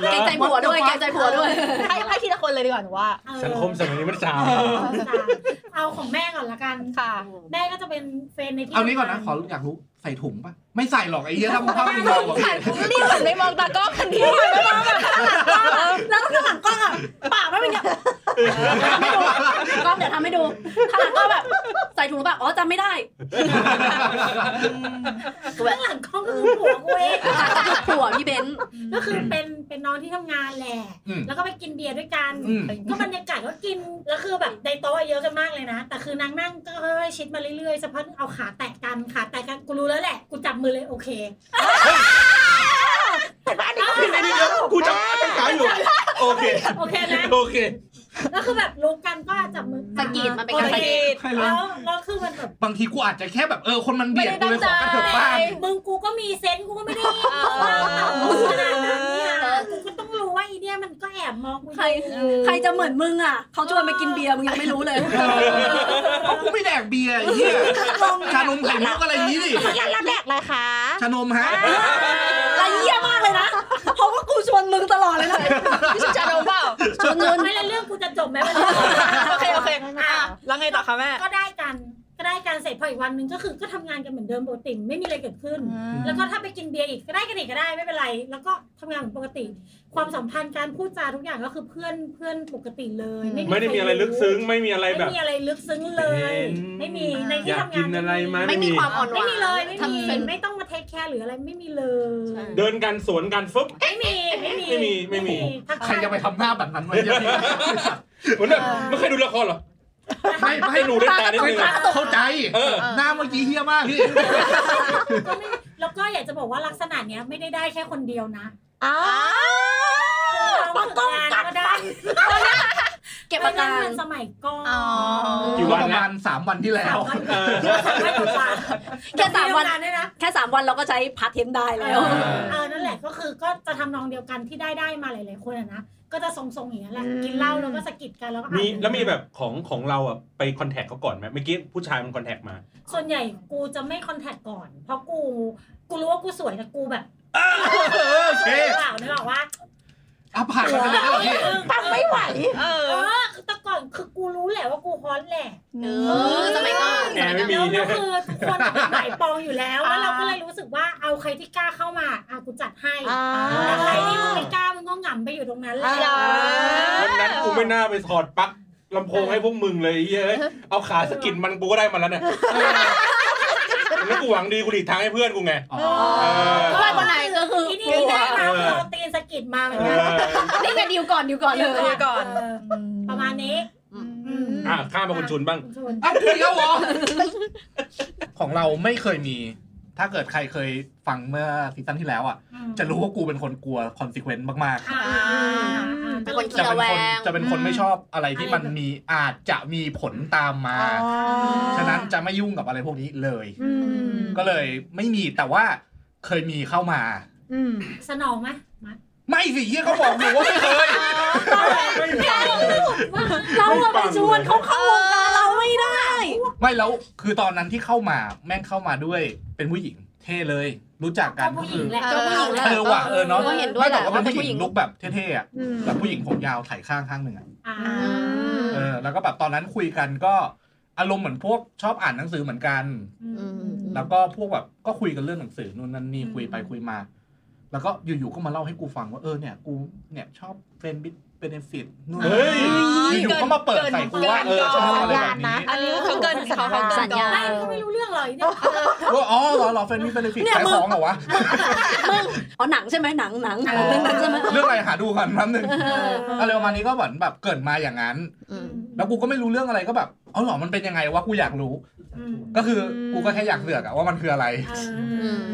Speaker 2: เกรงใจผัวด้วย
Speaker 5: What the fuck?
Speaker 2: เกรงใจผัวด้วย
Speaker 3: ให้ให้ทีละคนเลยดีกว่าหนูว่า
Speaker 6: เออ
Speaker 4: สังคมสมัยนี้มันจาม
Speaker 6: เอาของแม่ก่อนละกัน
Speaker 3: ค่ะ
Speaker 6: แม่ก็จะเป็นเฟรนในที่
Speaker 5: เอานี้ก่อนนะ ขออยากรู้ ใส่ถุงปะไม่ใส่หรอกไอ้เหี้ยถ้ามึงภาพมึงมองบอก
Speaker 3: หันนี่หันไม่มองตากล้องคันนี้หันไม่มองแบบข้างหลังกล้องอะ
Speaker 2: แล้วก็ข้างหลังกล้องอ่ะปากไม่เป็นไงกล้องเดี๋ยวทำให้ดูข้างหลังกล้องแบบใส่ถุงแบบอ๋อจำไม่ได้
Speaker 6: ข้างหลังกล้องก็คือผัวกูเอง
Speaker 2: ผัวพี่เบนซ์
Speaker 6: ก็คือเป็นเป็นน้องที่ทำงานแหละ
Speaker 5: อืม
Speaker 6: แล้วก็ไปกินเบียร์ด้วยกัน
Speaker 5: อืม
Speaker 6: ก็บรรยากาศก็กิน แล้วคือแบบในโต๊ะเยอะกันมากเลยนะ แต่คือนางนั่งก็ค่อยๆชิดมาเรื่อยๆสักพักเอาขาแตะกัน ขาแตะกัน กูรู้แล้วแหละ กูจับมือเลยโอเค
Speaker 7: เห็นว่าอันนี้ก็คือ
Speaker 4: เดี๋ยวเดี๋ยวเดี๋ยวกูจะจะขายอยู่ โอเค
Speaker 6: โอเคนะ
Speaker 4: โอเค
Speaker 6: แล้วคือแบบรู้กันก็จับมือ
Speaker 2: สะกิดมันเป็น
Speaker 6: โอ
Speaker 2: การ
Speaker 6: เค
Speaker 2: สะกิด
Speaker 5: ใครเล
Speaker 6: แล้
Speaker 5: ยว
Speaker 6: แล้วคือมันแบบ
Speaker 5: บางทีกูอาจจะแค่แบบเออคนมัน
Speaker 3: ไม่
Speaker 5: เบียด
Speaker 3: ได้
Speaker 5: กู
Speaker 3: ตั้
Speaker 5: เล
Speaker 3: ง
Speaker 5: ย
Speaker 3: ใจ
Speaker 5: ขอกระเถิบบ้าง
Speaker 6: มึงกูก็มีเซนส์กูก็ไม่ได้ตอบมึงขนาดนั้นเนี่ยกูก็ต้องรู้ว่าไอเดียมันก็แอบมองกูอ
Speaker 2: ใคร
Speaker 6: ยู่
Speaker 2: ใครจะเหมือนมึงอ่ะ เขาชวนไปกินเบียร์มึงยังไม่รู้เลย
Speaker 5: เอากูไม่แดกเบียร์ไอ้เหี้ยชานมไข่มุกอะไรอย่างนี้ดิ
Speaker 7: ยันรับแดกเลยค่ะ
Speaker 5: ชานมฮะ
Speaker 2: ไรเยี่ยมากเลยนะ เพราะว่ากูชวนมึงตลอดเลยนะ
Speaker 3: พี่ชุดจะโดนเปล่า
Speaker 6: ไม่แล้วเรื่องกูจะจบไหมมัน
Speaker 3: โอเค โอเคอ่ะแล้วไงต่อคะแม่
Speaker 6: ก็ได้กันก็ได้กันเสร็จพออีกวันหนึ่งก็คือก็ทำงานกันเหมือนเดิมปกติไม่มีอะไรเกิดขึ้น แล้วก็ถ้าไปกินเบียร์อีกก็ได้กันอีกก็ได้ไม่เป็นไร แล้วก็ทำงานเหมือนปกติ ความสัมพันธ์การพูดจาทุกอย่างก็คือเพื่อนเพื่อนปกติเลย
Speaker 4: ไม่ได้มีอะไรลึกซึ้ง ไม่มีอะไรแบ
Speaker 6: ไม่
Speaker 4: บ
Speaker 6: มีอะไรลึกซึ้งเลย ไม่มีใน
Speaker 4: อ
Speaker 6: ที่
Speaker 4: ยาก
Speaker 6: ทำงาน
Speaker 4: กินอะไรไหม
Speaker 2: ไม่มีความอ่อนห
Speaker 6: ไม่
Speaker 2: วาน
Speaker 6: มีเลยไม่มี
Speaker 2: ทำเป็น
Speaker 6: ไม่ต้องมาเทคแคร์หรืออะไรไม่มีเลย
Speaker 4: เดินกันสวนกันฟึบ
Speaker 6: ไม่มีไม่มี
Speaker 4: ไม่มีไม่มี
Speaker 6: ทัก
Speaker 5: ใคร
Speaker 6: ทาย
Speaker 5: จะไปทำหน้าแบบนั้นวะเหี้ย
Speaker 4: เหมือนแบบไม่เคยดูละครเหรอ
Speaker 5: ไม่ไม่
Speaker 4: ให้ดูด้วยตาได้
Speaker 5: ไม่
Speaker 4: ไหม
Speaker 5: เข้าใจ
Speaker 4: เออ
Speaker 5: หน้าเมื่อกี้เหี้ยมากพี่
Speaker 6: ก็ไม่แล้วก็อยากจะบอกว่าลักษณะเนี้ยไม่ได้ได้แค่คนเดียวนะ
Speaker 7: อ้าวปังกล้องกัดฟัน
Speaker 2: เก็บอาการ
Speaker 6: ไม่ได้เหมือนสมัยก่อน
Speaker 3: อ๋อ
Speaker 4: กี่วัน
Speaker 5: ป
Speaker 4: นะ
Speaker 5: ระมาณสามวันที่แล้
Speaker 6: สาว มวัน
Speaker 4: เออ
Speaker 6: สามวันกว่า
Speaker 2: แค่สามวัน
Speaker 6: เยด้วยนะ
Speaker 2: แค่สามวันเราก็ใช้พาร์ทเทนได้
Speaker 6: เอ
Speaker 2: แล้ว
Speaker 6: อเออนั่นแหละก็คือก็จะทำนองเดียวกันที่ได้ได้มาหลาย ๆ คนอะนะก็จะทรงๆอย่างนี้ยแหละกินเหล้าแล้วก็สะกิดกันแล้วก็อ่าน
Speaker 4: มีแล้วมีแบบของของเราอ่ะไปคอนแทคเขาก่อนไหมเมื่อกี้ผู้ชายมันคอนแทคมา
Speaker 6: ส่วนใหญ่กูจะไม่คอนแทคก่อน เพราะกูกูรู้ว่ากูสวยแต่กูแบบ
Speaker 5: เออโอเค
Speaker 6: เปล่าเนกอะว่า
Speaker 5: อ่ะผ่านมาแล้วพี่
Speaker 7: ปังไม่ไหว
Speaker 3: เอ
Speaker 6: เอ
Speaker 3: อ
Speaker 6: อคือแต่ก่อนคือกูรู้แหละว่ากูฮอนแหละ
Speaker 2: เออสมัยก่อน
Speaker 4: แอร์ไม่มี
Speaker 6: แล้ว
Speaker 4: เนี่
Speaker 6: ก็
Speaker 4: ย
Speaker 6: คือทุกคนเป็นหมายปองอยู่ แล้วแล้วเรา
Speaker 3: อ่า
Speaker 6: ก็เลยรู้สึกว่าเอาใครที่กล้าเข้ามาอ่ะกูจัดให้
Speaker 7: อ่า
Speaker 6: แต่ใครที่มึงไม่กล้ามึงก็หงำไปอยู่ตรงนั้นแหละ
Speaker 7: อ่า
Speaker 4: วันนั้นกูไม่น่าไปถอดปลั๊กลำโพงให้พวกมึงเลยไอ้เฮ้ยเอาขาสะกิดมันกูก็ได้มาแล้วเนี่ย แล้วกูหวังดีกูหลีกทางให้เพื่อนกูไง
Speaker 5: อ๋อ
Speaker 4: เออ
Speaker 2: เพื่อนคนไหนก็คือ
Speaker 6: ที่นี่ได้มาโปรตีนสะกิดมาเหมือน
Speaker 4: เอ
Speaker 6: กัน
Speaker 4: อ
Speaker 2: นี่ไงดิวก่อนดิวก่อนเลย
Speaker 3: ดี๋ยวก่อน
Speaker 6: เอประมาณนี้อืม
Speaker 4: อ่ะข้ามมาคุณชุนบ้าง
Speaker 6: คุณชุน
Speaker 5: อ่ะคุยแล้วเหรอของเราไม่เคยมี ถ้าเกิดใครเคยฟังเมื่อซีซั่นที่แล้วอ่ะ จะรู้ว่ากูเป็นคนกลัวคอนซิเควนต์มาก
Speaker 6: อ่าอ่า
Speaker 2: เป็นคน
Speaker 5: ๆ
Speaker 2: ขี้
Speaker 5: จะ
Speaker 2: ระแว
Speaker 5: เป็นคน
Speaker 2: ง
Speaker 5: จะเป็นคนไม่ชอบอะไรที่มันมีอาจจะมีผลตามมา ฉะนั้นจะไม่ยุ่งกับอะไรพวกนี้เลย
Speaker 7: อืม
Speaker 5: ก็เลยไม่มีแต่ว่าเคยมีเข้ามา
Speaker 7: อืม
Speaker 6: สนองไหมมา
Speaker 5: ไม่สิเหี้ยเขาบอกหนูว่าไม่เคย
Speaker 2: เราอะไปชวนเขาเข้าวงการเราไม่ได้
Speaker 5: ไม่แล้วคือตอนนั้นที่เข้ามาแม่งเข้ามาด้วยเป็นผู้หญิง เท่เลย รู้จักกั
Speaker 6: ก็
Speaker 5: นก็
Speaker 6: ผู้หญิ
Speaker 5: คื
Speaker 6: ง
Speaker 5: อ
Speaker 6: แหละ
Speaker 2: เออ
Speaker 5: เออว่ะเออเนาะ
Speaker 2: ก็เห็นด้วย
Speaker 5: ไม่
Speaker 2: แห
Speaker 5: แต่
Speaker 2: ละ
Speaker 5: ว่า
Speaker 2: ว่าเป็
Speaker 5: เป็น
Speaker 2: น
Speaker 5: ผู้
Speaker 2: ผู้
Speaker 5: ห
Speaker 2: หญิ
Speaker 5: ญิ
Speaker 2: ง
Speaker 5: งลุกแบบเท่ๆอ่ะ
Speaker 7: อืม
Speaker 5: แบบผู้หญิงผมยาวไถ่ข้างข้างหนึ่งอ่ะ
Speaker 6: อ่า
Speaker 7: อืม
Speaker 5: เออแล้วก็แบบตอนนั้นคุยกันก็อารมณ์เหมือนพวกชอบอ่านหนังสือเหมือนกัน
Speaker 6: อืม
Speaker 5: แล้วก็พวกแบบก็คุยกันเรื่องหนังสือนู่นนั่นนี่คุยไปคุยมา แล้วก็อยู่ๆก็มาเล่าให้กูฟังว่าเออเนี่ยกูเนี่ยชอบเฟรนบิทเบนฟิตนู่น
Speaker 4: เฮ้ย
Speaker 5: อยู่ๆก็มาเปิดใส่กูว่าเออชอบอะไรแบบนี้
Speaker 3: อันนี้ก็คือเกินเขาเขาเกินก่อน
Speaker 6: ไม่ก็ไม่รู้เรื่องหรอกไอ้เนี่ย
Speaker 5: ว่าอ๋อเหรอเหรอเฟรนบิทเบนฟิตขายของเหรอวะ
Speaker 2: มึงอ๋อหนังใช่ไหมหนังหนังหนังเรื่องนั้นใช่ไหม
Speaker 5: เรื่องอะไรหาดูก่อนแป๊บนึง
Speaker 6: เออ
Speaker 5: อะไรประมาณนี้ก็เหมือนแบบเกริดมาอย่างนั้น
Speaker 2: อืม
Speaker 5: แล้วกูก็ไม่รู้เรื่องอะไรก็แบบเออหรอมันเป็นยังไงวะกูอยากรู้
Speaker 6: อืม
Speaker 5: ก็คือกูก็แค่อยากเสือกอะว่ามันคืออะไร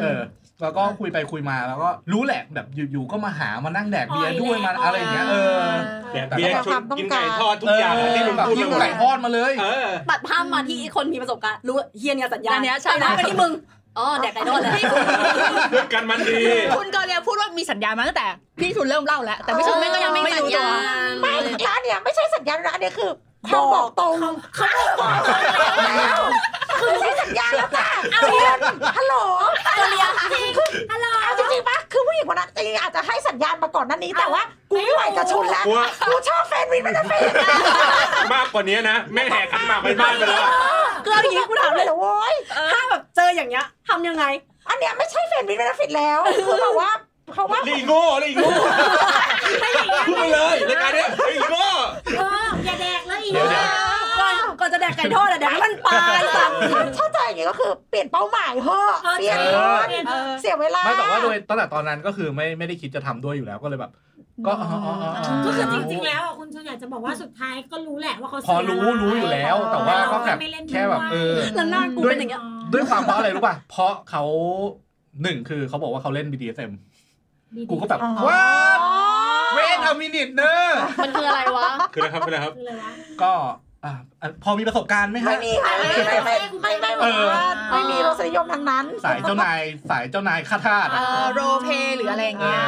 Speaker 5: เออ แล้วก็คุยไปคุยมาแล้วก็รู้แหละแบบอยู่ๆก็มาหามานั่งแดกเบียร์ด้วยมาอะไรอย่างเงี้ยเออ
Speaker 4: แดกเบียร์ชวนกินไก่ทอดทุกอย่างอะที่ลุง
Speaker 5: แบบ
Speaker 4: พูด
Speaker 5: ยิ่ง
Speaker 4: มา
Speaker 5: ไก่ทอดมาเลย
Speaker 4: เออ
Speaker 2: ตัดภาพมาที่คนมีประสบการณ์รู้ว่าเฮียเนี่ยสัญญา
Speaker 3: อันเนี้ยใช่
Speaker 2: นะ
Speaker 3: นะ
Speaker 2: ไปที่มึงอ๋อแดกไก่ทอดแล้ว
Speaker 4: ด้วยกันมันดี
Speaker 3: คุณก็เรียพูดว่ามีสัญญามาตั้งแต่พี่ชุนเริ่มเล่าแล้วแต่พี่ชุนแม่งก็ยังไม่รู้ตัว
Speaker 7: ไม่ร้านเนี่ยไม่ใช่สัญญาณร้านเนี่ยคือเขาบอกตรงเขาบอกตรงแล้วคือไม่ใช่สัญญาณแล้วจ้ะเอาเรียนฮัลโหล
Speaker 2: เอาเรียน
Speaker 7: คือฮัลโหลเอาจริงๆปะคือผู้หญิงคนนั้นจริงๆอาจจะให้สัญญาณมาก่อนหนั้นนี้แต่ว่ากูไม่ไหวจะชุนแล้ว
Speaker 4: กลัว
Speaker 7: กูชอบแฟนวินมันจะเป็น
Speaker 4: มากกว่านี้นะ แม่งแหกขันหมากไปบ้านไปแล้ว
Speaker 2: คือเอาอย่างนี้กูถามเลย
Speaker 7: เหรอโว้ย
Speaker 2: ถ้าแบบเจออย่างเงี้ยทำยังไง
Speaker 7: อันเนี้ยไม่ใช่แฟนวินเบนฟิตแล้วคือแบบว่าเพราะว่า
Speaker 4: นี่โง่นี่โง่พูดไปเลยรายการเนี้ยนี่โง่
Speaker 6: เอออย่าแดกเลยอีก
Speaker 4: เดี๋ยวเดี๋ยว
Speaker 2: ก่อนก่อนจะแดกไก่ทอดอะแดกให้มันปลาไอ้สัตว์
Speaker 7: เข้าใจอย่างเงี้ยก็คือเปลี่ยนเป้าหมายเฮ้อะ
Speaker 6: เออ
Speaker 7: เปลี่ยน
Speaker 5: ออ
Speaker 6: เปลี่ยน
Speaker 7: เสียเวลา
Speaker 5: ไม่แต่ว่าโดยตั้งแต่ตอนนั้นก็คือไม่ไม่ได้คิดจะทำด้วยอยู่แล้วก็เลยแบบ ก็อ๋ออ๋ออ๋อ
Speaker 6: ก็คือจริงๆ แล้วอ่ะคุณชนอยากจะบอกว่าสุดท้ายก็รู้แหละว่าเขา
Speaker 5: พอรู้รู้อยู่แล้ว แต่ว่าก็แบบแค่แบบเออ
Speaker 2: แล้วหน้ากูเป็นอย่างเงี้ย
Speaker 5: ด้วยความเพราะอะไรรู้ป่ะ เพราะเขาหนึ่งคือเขาบอกว่าเขาเล่น BDSM กูก็แบบว้าเวทอมินิตเนอร์
Speaker 2: มันคืออะไรวะ
Speaker 4: คืออะไรครับคืออะไรครับ
Speaker 5: ก็อ่ะอ่ะพอมีประสบการณ์ไหมฮะ
Speaker 7: ไม่มีค่ะไม่มีไม่ไม่ไม่ไม่
Speaker 5: เอ
Speaker 7: ไม่
Speaker 5: อ
Speaker 7: ไม่มีรสนิยมทางนั้น
Speaker 5: สายเจ้านายสายเจ้านายข้าทาส
Speaker 3: เอ
Speaker 5: อ่ะ
Speaker 3: อโรลเพลย์หรืออะไรอย่าง
Speaker 5: เอ
Speaker 3: เงี้ย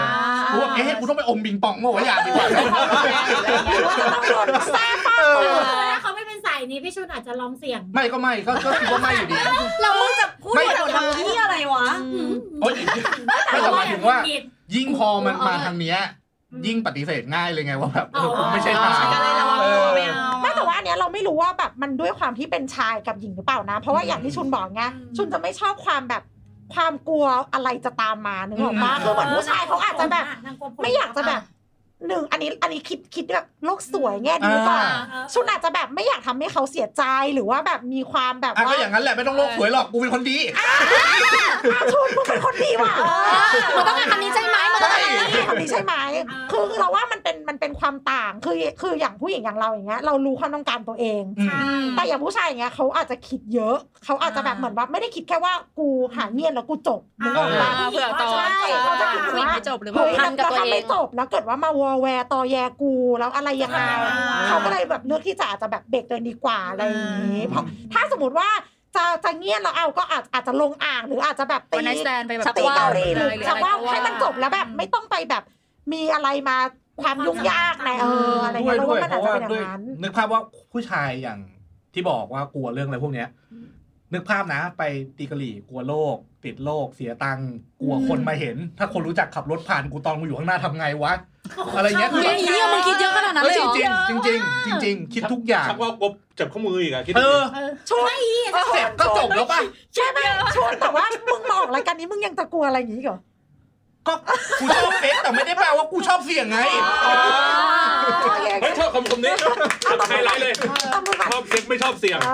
Speaker 5: อกูว่าเอ๊ะกูต้องไปอมบิงป องเมื่อวะอยากดีกว่า
Speaker 7: ต้องโดนแซ่บ
Speaker 5: เออ
Speaker 6: ถ้าเขาไม่เป็นสายนี้พี่ชุนอาจจะลองเสี่ยง
Speaker 5: ไม่ก็ไม่ก็ก็คิดว่าไม่อยู่ดี
Speaker 2: เรามึงจะพูด
Speaker 5: ไม่
Speaker 2: เหตุผลทางที่อะไรวะ
Speaker 5: โอ๊ยไม่แต่หมายถึงว่า
Speaker 6: ผิด
Speaker 5: ยิ่งพอมันมาทางเนี้ย ยิ่งปฏิเสธง่ายเลยไงว่าแบบเออกูไม่ใช่ทาง
Speaker 3: ก็เลยระวังตัวไม่เอา
Speaker 7: ไม่แต่ว่าอันเนี้ยเราไม่รู้ว่าแบบมันด้วยความที่เป็นชายกับหญิงหรือเปล่านะ เพราะว่าอย่างที่ชุนบอกไง
Speaker 6: อืม
Speaker 7: ชุนจะไม่ชอบความแบบความกลัวอะไรจะตามมานึกออกปะคือเหมือนผู้ชายเขาอาจจะแบบ
Speaker 6: นงลัวผล
Speaker 7: ไม่อยากจะแบบหนึ่งอันนี้อันนี้คิดคิดแบบโลกสวยแง่ดีก่อน
Speaker 6: เออ
Speaker 7: ชุนอาจจะแบบไม่อยากทำให้เขาเสียใจหรือว่าแบบมีความแบบ
Speaker 5: อ่ะ
Speaker 7: ว่า
Speaker 5: ก็อย่างนั้นแหละไม่ต้องโลกสวยหรอกกูเป็นคนดี
Speaker 7: อ่ะชุนมึงเป็นคนดีว่ะ
Speaker 2: มันต้องการคำนี้ใช่ไหมมันต้องการคำนี้
Speaker 7: ใช่คนดีใช่ไหมคือเราว่ามันเป็นมันเป็นความต่างคือคืออย่างผู้หญิงอย่างเราอย่างเงี้ยเรารู้ความต้องการตัวเอง
Speaker 5: อืม
Speaker 6: ใช่
Speaker 7: แต่อย่างผู้ชายอย่างเงี้ยเขาอาจจะคิดเยอะ เขาอาจจะแบบเหมือนว่าไม่ได้คิดแค่ว่ากูหาเงียนแล้วกูจบนึกออกปะ
Speaker 3: เผื่อต่อ
Speaker 7: ใช่เขาจะคิด
Speaker 3: ผู้หญิงไม่จบหรือเป
Speaker 7: เฮ้ย
Speaker 2: พั
Speaker 3: ล่า
Speaker 2: น
Speaker 7: แล้ว
Speaker 2: กับ
Speaker 7: ถ้า
Speaker 2: ตัวเอง
Speaker 7: ไม่จบแล้วเกิดว่ามาวอแวร์ตอแยกูแล้วอะไรยังไง
Speaker 3: อ่า
Speaker 7: เขาก็เลยแบบเลือกที่จะอาจจะแบบเบรกตัวเองดีกว่าอะไรอย่างนี้เพราะถ้าสมมติว่าจะจะเงียบเราเอาก็อาจอาจจะลงอ่างหรืออาจจะแบบตี
Speaker 3: วันไนท์สแตนไปแบบ
Speaker 7: ชักตีเกาหลีห
Speaker 3: เล
Speaker 7: รือยชักว่า
Speaker 3: อะไรก็ว่า
Speaker 7: ให้มันจบแล้วแบบไม่ต้องไปแบบมีอะไรมาความยุ่งยากในเอออะไร
Speaker 5: ด้ว
Speaker 7: เงี้
Speaker 5: ย
Speaker 7: ยเรา
Speaker 5: ด้ว
Speaker 7: ว่าย มัน
Speaker 5: เพ
Speaker 7: อาจ
Speaker 5: ราะ
Speaker 7: จะ
Speaker 5: ว่า
Speaker 7: เป็นอย่า
Speaker 5: ด้วย
Speaker 7: งนั้น
Speaker 5: นึกภาพว่าผู้ชายอย่างที่บอกว่ากลัวเรื่องอะไรพวกเนี้ย นึกภาพนะ ไปตีกะหรี่กลัวโลก ติดโลก เสียตังค์กลัวคนมาเห็น ถ้าคนรู้จักขับรถผ่านกูตอนกูอยู่ข้างหน้าทำไงวะ อะไรเงี้ย
Speaker 2: เฮ้ยเหี้ยมันคิดเยอะขนาดนั้นเลยเหรอ
Speaker 5: จริงจริงจริงๆจริงๆจริงๆคิดทุกอย่าง
Speaker 4: ชักว่ากบจับข้อมืออีกอะคิด
Speaker 5: เออ
Speaker 7: ช่วย
Speaker 5: เสร็จก็จบแล้วป่ะ
Speaker 7: ใช่ไหมชวนแต่ว่ามึงมาออกรายการนี้มึงยังจะกลัวอะไรอย่างนี้อีกเหรอ
Speaker 5: ก็กูชอบเฟซแต่ไม่ได้แปลว่ากูชอบเสี่ยงไง
Speaker 4: เฮ้ยชอบคำคำนี้ไฮไลท์เลย
Speaker 7: เอามือมา
Speaker 4: ชอบเซ็กไม่ชอบเสียง
Speaker 7: เอา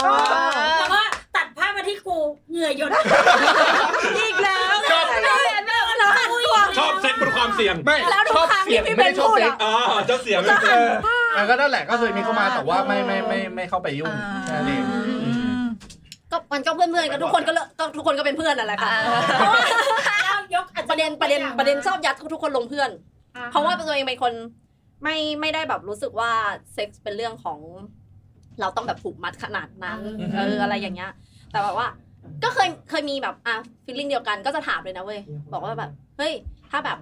Speaker 6: แต่ว่าตัดภาพมาที่กูเหงื่อหยด
Speaker 7: อีกแล้ว
Speaker 4: ชอบ
Speaker 6: แล้วตัว
Speaker 4: ชอบเซ็กบนความเสี่ยง
Speaker 5: ไม่ชอบเสี่ยงไม่ได้ชอบเฟซ
Speaker 4: อ๋อชอบเสียงไม่เสียง
Speaker 5: อ่ะก็นั่นแหละก็เคยมีเข้ามาแต่ว่าไม่ไม่ไม่ไม่ไม่เข้าไปยุ่งแค่นั้นเอง
Speaker 2: ก็มันก็เพื่อนๆกันทุกคนก็เลอะก็ทุกคนก็เป็นเพื่อนนั่นแหละค่ะ
Speaker 6: ยกอาจ
Speaker 2: ประเด็นประเด็นประเด็นชอบยัดทุกคนลงเพื่อน เพราะว่าตัวเองเป็นคนไม่ไม่ได้แบบรู้สึกว่าเซ็กส์เป็นเรื่องของ เราต้องแบบผูกมัดขนาดนั้นเอออะไรอย่างเงี้ย แต่แบบว่า ก็เคยเคยมีแบบอ่ะฟีลลิ่งเดียวกันก็จะถามเลยนะเว้ยบอกว่าแบบเฮ้ยถ้าแบบ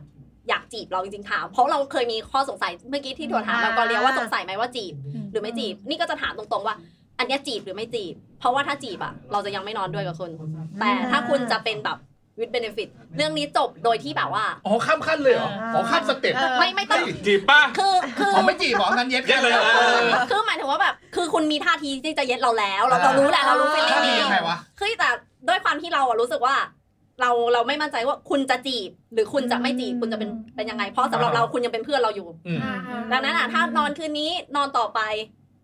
Speaker 2: อยากจีบเราจริงๆถาม เพราะเราเคยมีข้อสงสัยเมื่อกี้ที่ถั่วถามเราก็เรียกว่าสงสัยไหมว่าจีบ หรือไม่จีบ นี่ก็จะถามตรงๆว่า อันเนี้ยจีบหรือไม่จีบ เพราะว่าถ้าจีบอะเราจะยังไม่นอนด้วยกับคุณ แต่ถ้าคุณจะเป็นแบบวิดเบนฟิตเรื่องนี้จบโดยที่แบบว่า
Speaker 5: อ๋อข้ามขั้นเลยเหรออ๋อข้ามสเต็ป
Speaker 2: ไม่ไม่ต้อง
Speaker 4: จีบป่ะ
Speaker 2: คือคือ
Speaker 5: อ๋อไม่จีบเหรองั้นเย็ด
Speaker 4: เย็ดเลยเหรอ
Speaker 5: ออ
Speaker 2: คือหมายถึงว่าแบบคือคุณมีท่าทีที่จะเย็ดเราแล้ว เราเรารู้แหละเรารู้เป็น
Speaker 5: ท่าที
Speaker 2: นี้
Speaker 5: ยังไงวะ
Speaker 2: คือแต่ด้วยความที่เราอะรู้สึกว่า เราเราไม่มั่นใจว่าคุณจะจีบ หรือคุณจะไม่จีบคุณจะเป็นเป็นยังไง เพราะสำหรับเราคุณยังเป็นเพื่อนเราอยู่
Speaker 5: อืม
Speaker 2: ดังนั้นอ่ะถ้านอนคืนนี้นอนต่อไป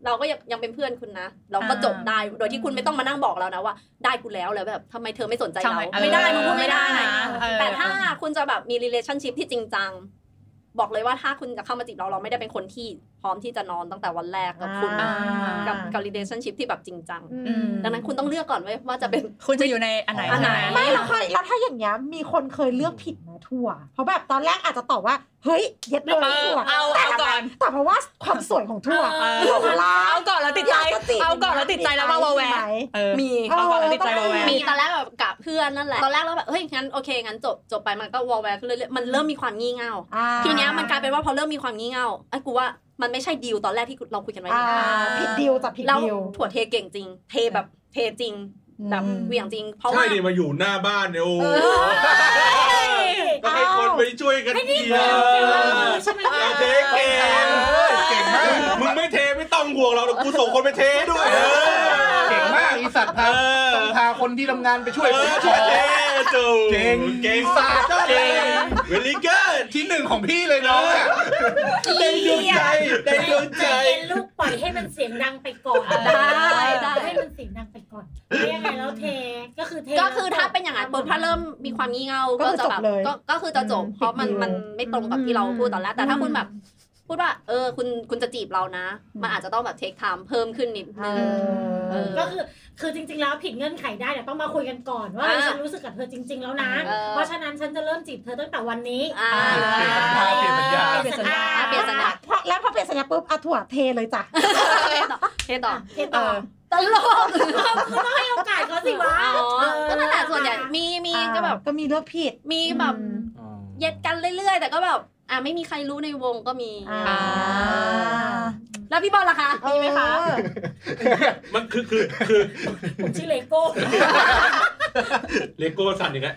Speaker 2: เราก็ยังยังเป็นเพื่อนคุณนะ เราก็จบได้โดยที่คุณไม่ต้องมานั่งบอกเรานะว่า ได้กูแล้วแล้วแบบทำไมเธอไม่สนใจ
Speaker 3: ทำ
Speaker 2: เรา
Speaker 3: ไม
Speaker 2: ไม่ได้มึงพูดไม่ได้
Speaker 3: นะเออ
Speaker 2: แต่ถ้าคุณจะแบบมี relationship ที่จริงจัง บอกเลยว่าถ้าคุณจะเข้ามาจีบเราเราไม่ได้เป็นคนที่พร้อมที่จะนอนตั้งแต่วันแรกกับคุณ
Speaker 3: อ่า
Speaker 2: กับกับ relationship ที่แบบจริงจัง
Speaker 7: อืม
Speaker 2: ดังนั้นคุณต้องเลือกก่อนเว้ยว่าจะเป็น
Speaker 3: คุณจะอยู่ในอันไหน
Speaker 2: อันไหน
Speaker 7: ไม่แล้วค่ะแล้วถ้าอย่างเงี้ยมีคนเคยเลือกผิดนะทั่ว เพราะแบบตอนแรกอาจจะตอบว่า เฮ้ยเย็ดเลยทั่ว
Speaker 3: เอาเอาก่อน
Speaker 7: แต่เพราะว่าความสวยของทั่ว
Speaker 3: เอาก่อนแล้วติดใจเอาก่อนแล้วติดใจแล้วมาแวร์มี เอาก่อนแล้วติดใจมาแวร์
Speaker 2: มีตอนแรกแบบกับเพื่อนนั่นแหละตอนแรกเราแบบเฮ้ยงั้นโอเคงั้นจบจบไปมันก็วอลแวร์ขึ้นเรื่อยๆมันเริ่มมีความงี่เง่า
Speaker 7: อ่า
Speaker 2: ทีเนี้ยมันกลายเป็นว่าพอเริ่มมีความงี่เง่าไอ้กูว่ามันไม่ใช่ดีลตอนแรกที่เราคุยกันไว้
Speaker 7: อ่า
Speaker 2: นี่
Speaker 7: ผิดดีลจับผิด
Speaker 2: แล้ว
Speaker 7: ดีล
Speaker 2: ถั่วเทเก่งจริง เทแบบเทจริงแบบ
Speaker 7: อืม
Speaker 2: เหวี่ยงจริง เพราะ
Speaker 4: ใช่
Speaker 2: ว่า
Speaker 4: ดิมาอยู่หน้าบ้านเนี่ยโอ้ก็ให้คนไปช่วยกันเทีย
Speaker 6: เอ
Speaker 4: ร์
Speaker 6: อใช่ไหม
Speaker 4: เราเทเก่ง
Speaker 5: เก่งมาก
Speaker 4: มึงไม่เทไม่ต้องห่วงเราเดี๋ยวกูส่งคนไปเทด้วยเออ
Speaker 5: เก่งมากอีสัตว์
Speaker 4: เอ
Speaker 5: พา
Speaker 4: อ
Speaker 5: ต้องพาคนที่ทำงานไปช่วยผ
Speaker 4: เออ
Speaker 5: ม
Speaker 4: ช่วยเทจู
Speaker 5: เก่ง
Speaker 4: เก่ง
Speaker 5: สัตว์
Speaker 4: เก่
Speaker 5: เก่
Speaker 4: ง
Speaker 5: ง
Speaker 4: เวลิเกิร์
Speaker 5: ที่หนึ่งของพี่เลยน้องอะ
Speaker 4: ได้ดวงใจได้ดวงใจ
Speaker 6: ใจเย็นลูกปล่อยให้มันเสียงดังไปก่อน
Speaker 2: ได้ได้
Speaker 6: ให้มันเสียงดังไปก่อนแล้วยังไงแล้วเทก็คือเท
Speaker 2: ก็คือถ้าเป็นอย่างนั้นปุ๊บถ้าเริ่มมีความงี่เง่า
Speaker 7: ก็
Speaker 2: ก็
Speaker 7: คือ
Speaker 2: จะ
Speaker 7: จบ
Speaker 2: แบบ
Speaker 7: เลย
Speaker 2: ก็ก็คือจะจบ
Speaker 7: อืม
Speaker 2: เพราะมัน
Speaker 7: ปิดดีล
Speaker 2: มันไม่ตรงกับที่เราพูดตอนแรกแต่ถ้าคุณแบบ พูดว่า เออ คุณคุณจะจีบเรานะ มันอาจจะต้องแบบเทคไทม์เพิ่มขึ้นนิดนึง
Speaker 7: เออ
Speaker 6: ก็คือคือจริง ๆ แล้วผิดเงื่อนไขได้แต่ต้องมาคุยกันก่อนว่า
Speaker 2: อ่า
Speaker 6: ฉันรู้สึกกับเธอจริง ๆ แล้วนะ
Speaker 2: เออ
Speaker 6: เพราะฉะนั้นฉันจะเริ่มจีบเธอตั้งแต่วันนี้
Speaker 2: อ่า
Speaker 5: เปลี่ยนสัญญาเปลี่ยนสัญญา
Speaker 3: เปลี่ยนสัญญา
Speaker 2: เปลี่ยนสัญญา
Speaker 7: เพราะแล้วพอเปลี่ยนสัญญาปุ๊บอาถั่วเทเลยจ้ะ
Speaker 2: เทต่อเทต่อ
Speaker 6: เทต่อ
Speaker 2: ตลก
Speaker 6: ก็ให้โอกาสเขาสิวะ
Speaker 2: อ๋อก็นั่นแหละส่วนใหญ่มีมี
Speaker 7: อ่า
Speaker 2: ก็แบบ
Speaker 7: ก็มีเลือกผิด
Speaker 2: มีแบบ
Speaker 7: อืม
Speaker 2: เย็ดกันเรื่อยๆ แต่ก็แบบอ่ะไม่มีใครรู้ในวงก็มี
Speaker 7: อ่า
Speaker 2: แล้วพี่บอลล่ะคะ
Speaker 7: มีไหมคะ
Speaker 4: มันคือคือคือ
Speaker 6: ผมชื่อเลโก้
Speaker 4: เลโก้สั่นอีกแล้ว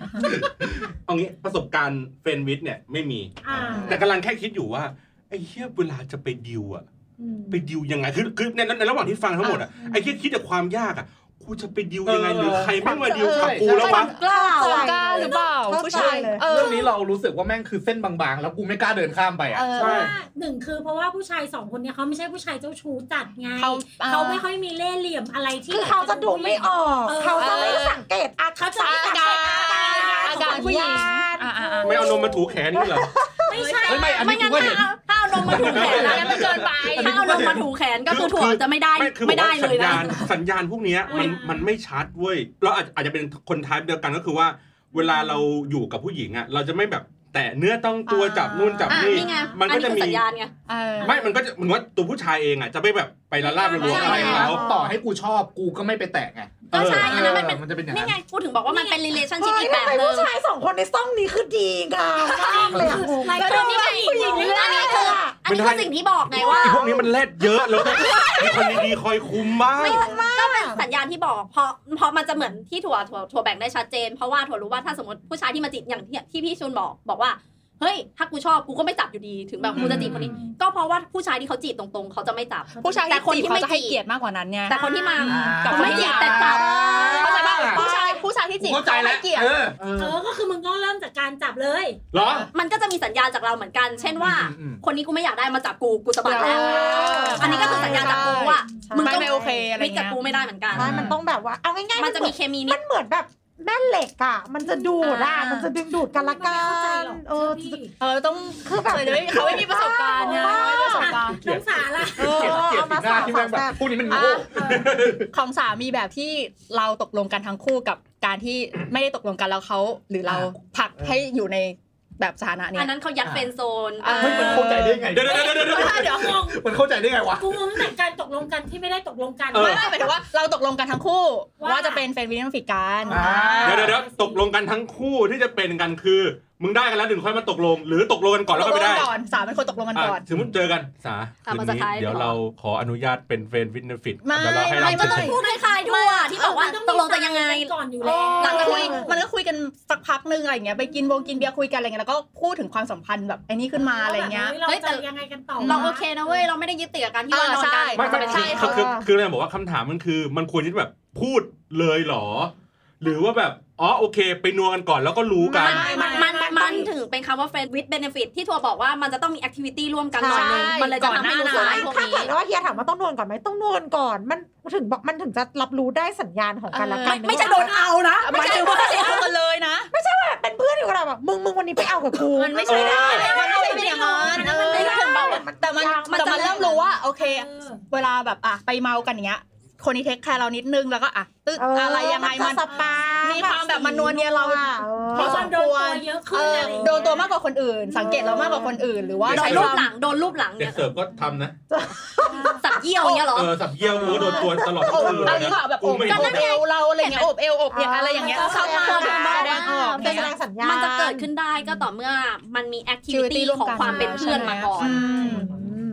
Speaker 4: เอางี้ประสบการณ์เฟรนด์วิดเนี่ยไม่มี
Speaker 6: อ่า
Speaker 4: แต่กำลังแค่คิดอยู่ว่าไอ้เหี้ยเวลาจะไปดิวอะ
Speaker 6: อืม
Speaker 4: ไปดิวยังไงคือคือในในในระหว่างที่ฟังทั้งหมดอะไอ้เหี้ยคิดแต่ความยากอะกูจะไปดิวยังไง
Speaker 5: เออ
Speaker 4: หรือใครแม่งมาดิวกับกูแล้ววะ
Speaker 2: กล้า
Speaker 3: เอา
Speaker 2: วะ
Speaker 3: กล้าหรือเปล่าผู้ชายเออ
Speaker 5: เรื่องนี้เรารู้สึกว่าแม่งคือเส้นบางๆ แล้วกูไม่กล้าเดินข้ามไปอ่ะ
Speaker 6: เพราะว่าหนึ่งคือเพราะว่าผู้ชายสองคนเนี่ยเขาไม่ใช่ผู้ชายเจ้าชู้จัดไง
Speaker 3: เขาอ่า
Speaker 6: เขาไม่ค่อยมีเล่ห์เหลี่ยมอะไรที่
Speaker 7: คือเขาจะดูไม่ออก เขาจะไม่สังเกตอา
Speaker 6: เขาจะ
Speaker 3: อา
Speaker 6: ไม่
Speaker 3: การอา
Speaker 6: อา
Speaker 3: การผู้หญิง
Speaker 4: ไม่เอานมมาถูแขนนี่เหรอ
Speaker 6: ไม่ใช่
Speaker 5: ไม่ไม่อัน
Speaker 2: ไม่
Speaker 5: นี้กู
Speaker 2: งั้น
Speaker 5: ก็
Speaker 2: ถ้าเอาถ้า
Speaker 5: เห็น
Speaker 2: เอานมมาถูแขนนะ
Speaker 3: มันเกินไป
Speaker 2: ถ้าเอานมมาถูแขนก็คือถั่วจะไม่ได้
Speaker 4: คือ
Speaker 2: ไม่ได้
Speaker 4: ผว่า
Speaker 2: เล
Speaker 4: สั
Speaker 2: ย
Speaker 4: ญญา
Speaker 2: นะ
Speaker 4: ณสัญญาณพวกเนี้ยมัน
Speaker 6: อ่ามั
Speaker 4: มันไม่ชัดเว้ยเราอาจอาจจะเป็นคนท้ายเดียวกันก็คือว่า เวลาเราอยู่กับผู้หญิงอะเราจะไม่แบบแตะเนื้อต้องตัว
Speaker 3: อ่า
Speaker 4: จับนู่นจับ
Speaker 2: อ่ะ
Speaker 4: นี่
Speaker 2: นี่ไง
Speaker 4: มัน
Speaker 2: อัน
Speaker 4: ก็
Speaker 2: นี้คือ
Speaker 4: จะมี
Speaker 2: สัญญาณไง
Speaker 3: เออ
Speaker 4: ไม่มันก็จะเหมือนว่าตัวผู้ชายเองอะจะไปแบบไปละลาบละล้วงอะไร
Speaker 3: ใช่
Speaker 4: เขา
Speaker 5: ต่อให้กูชอบกูก็ไม่ไปแตะไง
Speaker 2: เออใช่อันนั้นมันเป็น
Speaker 5: มันจะเป็นอย่างนั้
Speaker 2: นี่
Speaker 5: น
Speaker 2: ไงกูถึงบอกว่ามันเป็น relationship
Speaker 7: เฮ้ย
Speaker 2: อีกแบบ
Speaker 7: ทำไม
Speaker 2: หนึ
Speaker 7: ผู้
Speaker 2: ง
Speaker 7: ชายสองคนในซ่องนี้คือดีงามมากเลยอะงง
Speaker 6: ราย
Speaker 2: ก็
Speaker 6: กา
Speaker 2: โดน
Speaker 6: ร
Speaker 2: นี่ไง
Speaker 7: ผู้หญิงเลือก
Speaker 2: อันนี้คืออันนี้คือสิ่งที่บอกไงว่า
Speaker 4: ไอพวกนี้มันเล็ดเยอะแล้วก็มีคนดีๆคอยคุมบ้าง
Speaker 2: ไม่ก็เป็นสัญญาณที่บอกเพราะเพราะมันจะเหมือนที่ถั่วถั่วถั่วแบ่งได้ชัดเจน เพราะว่าถั่วรู้ว่าถ้าสมมติผู้ชายที่มาจีบอย่างที่ที่พี่ชุนบอกบอกว่าเฮ้ยถ้ากูชอบกูก็ไม่จับอยู่ดีถึงแบบกูจะจีบคนนี้ ก็เพราะว่าผู้ชายที่เขาจีบตรงๆ เขาจะไม่จับ
Speaker 3: ผู้ชาย
Speaker 2: แต่
Speaker 3: ที่
Speaker 2: คน
Speaker 3: จีบ
Speaker 2: ที่
Speaker 3: เขา
Speaker 2: ไม่
Speaker 3: จะให้
Speaker 2: จีบ
Speaker 3: เกียรติมากกว่านั้นไง
Speaker 2: แต่คนที่มา
Speaker 5: อ่า
Speaker 3: กับคน
Speaker 2: ไม่
Speaker 3: ที่
Speaker 2: จี
Speaker 3: จีบบ แต่
Speaker 2: แต่
Speaker 3: กลั
Speaker 2: จั
Speaker 3: บบเข้าใจป่ะ
Speaker 5: อ่า
Speaker 3: ผู้ชายผู้ชายที่จีบ
Speaker 4: เข้าใจแล้ว
Speaker 3: ให้เกียรติ
Speaker 4: เออ
Speaker 6: เออก็คือมึงก็เริ่มจากการจับเลย
Speaker 4: เหรอ
Speaker 2: มันก็จะมีสัญญาณจากเราเหมือนกัน เช่นว่า
Speaker 5: อืม
Speaker 2: คนนี้กูไม่อยากได้มาจับกูกูสะบัดแล้ว
Speaker 3: เอออั
Speaker 2: อันนี้ก็คือสัญญาณจากกูว่า
Speaker 7: ใช่
Speaker 2: มึง
Speaker 3: ไม่
Speaker 2: ก็
Speaker 3: ไม่โอเคอะไร
Speaker 2: มิตรกับ
Speaker 3: เงี้ย
Speaker 2: กูไม่ได้เหมือนกัน
Speaker 7: ใช่มันต้องแบบว่าเอาง่ายๆ
Speaker 2: มันจะมีเคมีนิ
Speaker 7: มั
Speaker 2: ด
Speaker 7: นเหมือนแบบแม่เหล็กอ่ะ มันจะดูดอ่ะ
Speaker 3: อ่ามั
Speaker 7: มันจะดึงดูดกันละกั
Speaker 6: ไม่เข้าใจ
Speaker 7: น
Speaker 6: หรอก
Speaker 7: เออ
Speaker 6: พี่
Speaker 3: เออต้อง
Speaker 7: คือแบบ
Speaker 3: เขาไม่เขาไม่มีประสบการณ์ไงเขาไม่มีประสบการณ์
Speaker 6: น้องสาล่ะ
Speaker 7: เออเอามาสาว
Speaker 4: ที่แม่
Speaker 7: สาว
Speaker 4: งแบ
Speaker 7: แบบ บ
Speaker 4: พวกนี้มัน
Speaker 3: อ่ะ
Speaker 4: โง่
Speaker 3: ของสามีแบบที่เราตกลงกันทั้งคู่กับการที่ไม่ได้ตกลงกันแล้วเขาหรือเราผลักให้อยู่ในแบบสถานะเนี้
Speaker 2: อั
Speaker 3: ย
Speaker 2: นนั้นเขายัดเฟรนด์โซน
Speaker 3: อ่า
Speaker 5: เฮ้ยมันเข้าใจได้ไง
Speaker 4: เดี๋ยวเดี๋ยวเดี๋ยวเดี๋ยวเดี๋ยว
Speaker 3: เดี๋ยว
Speaker 6: งง
Speaker 5: มันเข้าใจได้ไงวะ
Speaker 6: กูงงตั้งแต่การตกลงกันที่ไม่ได้ตกลงกัน
Speaker 4: เออ
Speaker 3: ไม่ไม่หมายถึงว่าเราตกลงกันทั้งคู่
Speaker 6: ว่า
Speaker 3: ว่าจะเป็นแฟนวินฟิกกัน
Speaker 5: อ่า
Speaker 4: เดี๋ยวเดี๋ยวเดี๋ยวตกลงกันทั้งคู่ที่จะเป็นกันคือ มึงได้กันแล้วถึงค่อยมาตกลง หรือตกลงกันก่อนแล้ว
Speaker 3: ต
Speaker 4: ก็
Speaker 3: กล
Speaker 4: ไม่
Speaker 3: ง
Speaker 4: ได้
Speaker 3: กันก่อนสามเป็นคนตกลงกันก่อน
Speaker 4: อ่ะสมมติเจอกันสา
Speaker 2: อ่ะ
Speaker 4: คื
Speaker 2: มาน สุด
Speaker 4: นี้
Speaker 2: ท้าย
Speaker 4: เดี๋ยวเราขออนุญาตเป็นเฟรนด์วินเนฟิต
Speaker 3: ไม่
Speaker 4: เดี๋ยวเราให้
Speaker 3: ไม่ไม่
Speaker 4: เรา
Speaker 3: ต้อง
Speaker 4: เซ็น
Speaker 2: พูดคล้ายๆทั่วที่บอกว่าตกลงจะยังไง
Speaker 6: ก่อนอยู่แล้ว
Speaker 3: หลังจากคุยมันก็คุยกันสักพักหนึงอะไรอย่างเงี้ยไปกินวงกินเบียร์คุยกันอะไรเงี้ยแล้วก็พูดถึงความสัมพันธ์แบบไอ้นี่ขึ้นมาอะไรเงี้ย
Speaker 6: เราจะยังไงกันต่อ
Speaker 2: เราโอเคนะเว้ย เราไม่ได้ยึดติดกับการที่ว่า
Speaker 3: เออน
Speaker 2: อนกัน
Speaker 3: ใช่
Speaker 2: มันจะเป็น
Speaker 3: ใช่
Speaker 4: คื
Speaker 2: เขา
Speaker 4: อคือคือคือเราบอกว่าคำถามมันคือ มันควรที่จะแบบพูดเลยเหรอ หรือว่าแบบอ๋อโอเค ไปนัวกันก่อนแล้วก็รู้กัน
Speaker 2: ไม่ มันมันมันถึงเป็นคำว่า friend with benefit ที่ทัวร์บอกว่ามันจะต้องมี activity ร่วมกันหน่อยนึง
Speaker 3: ใช่
Speaker 2: มันเลยจะทำให้รู้
Speaker 3: ก่
Speaker 2: สึ
Speaker 3: อก นหน้า
Speaker 2: พวก
Speaker 7: ถ้า
Speaker 2: นี้
Speaker 7: เกิดว่าเฮียถามว่าต้องนวลก่อนไหมต้องนวลก่อน มันถึงบอกมันถึงจะรับรู้ได้สัญญาณของกันและกั
Speaker 2: ไม่
Speaker 7: น
Speaker 2: ไม่ใช่โดนเอานะ
Speaker 3: ห
Speaker 2: ไม่
Speaker 3: มาย
Speaker 2: ใช่
Speaker 3: ถึง
Speaker 2: ว่า
Speaker 3: ว่าเอากันเลยนะ
Speaker 7: เป็นเพื่อนอยู่กันอะแบบมึงมึงวันนี้ไปเอากับกู
Speaker 3: มันไม่ใช่
Speaker 4: เออ
Speaker 3: ได้มันไม่ใช่เป็นอย่างนั้นเออถึงแบบว่าแต่มัน
Speaker 7: มัน
Speaker 3: แต่
Speaker 7: จะ
Speaker 3: มันเริ่มรู้ว่าโอเค
Speaker 6: เออ
Speaker 3: เวลาแบบอ่ะไปเมากันอย่างเงี้ย คนนี้เทคแคร์เรานิดนึงแล้วก็อ่ะตึ๊ด
Speaker 7: เ
Speaker 3: อะไรยังไงมัน
Speaker 7: จะสปา
Speaker 3: มี
Speaker 7: มี
Speaker 3: ความแบบมันนวลเนียเรา
Speaker 6: เพราะคนโดนตัวเยอะขึ้
Speaker 3: เอนอ
Speaker 6: อะไรอย่างเงี้ย
Speaker 3: โดนตัวมากกว่าคนอื่น สังเกตเรามากกว่าคนอื่นหรือว่า
Speaker 2: โดน
Speaker 3: ใช้
Speaker 2: รู
Speaker 3: ค
Speaker 2: ป
Speaker 3: วาม
Speaker 2: หลัง โดนรูปหลัง
Speaker 4: เด็
Speaker 2: เนี่
Speaker 4: ก
Speaker 2: ย
Speaker 4: เสิร์ฟก็ทำนะ
Speaker 2: สับเยี่ยวอย่างเงี้ยเหรอ
Speaker 4: เออสับเยี่ยวกูก็โดนตัวตลอด
Speaker 3: โอบ
Speaker 4: ทั้งคื
Speaker 3: เอางี้
Speaker 4: นเลยนะ
Speaker 3: ค่ะแบบโอ
Speaker 4: กู
Speaker 3: บ
Speaker 4: ไม่
Speaker 3: โอ
Speaker 4: รู้
Speaker 3: บเอวเราอะไรเงี้ยโอบเอวโอบอย่างอะไรอย่างเงี้ยเข้ามาแดงออก
Speaker 7: เป็น
Speaker 3: เนี่ย
Speaker 7: แสดงสัญญาณ
Speaker 2: มันจะเกิดขึ้นได้ก็ต่อเมื่อมันมี activity
Speaker 3: activity ร่วม
Speaker 2: ของ
Speaker 3: กัน
Speaker 2: ความเป็นเพื่อนมาก่อน
Speaker 3: อืม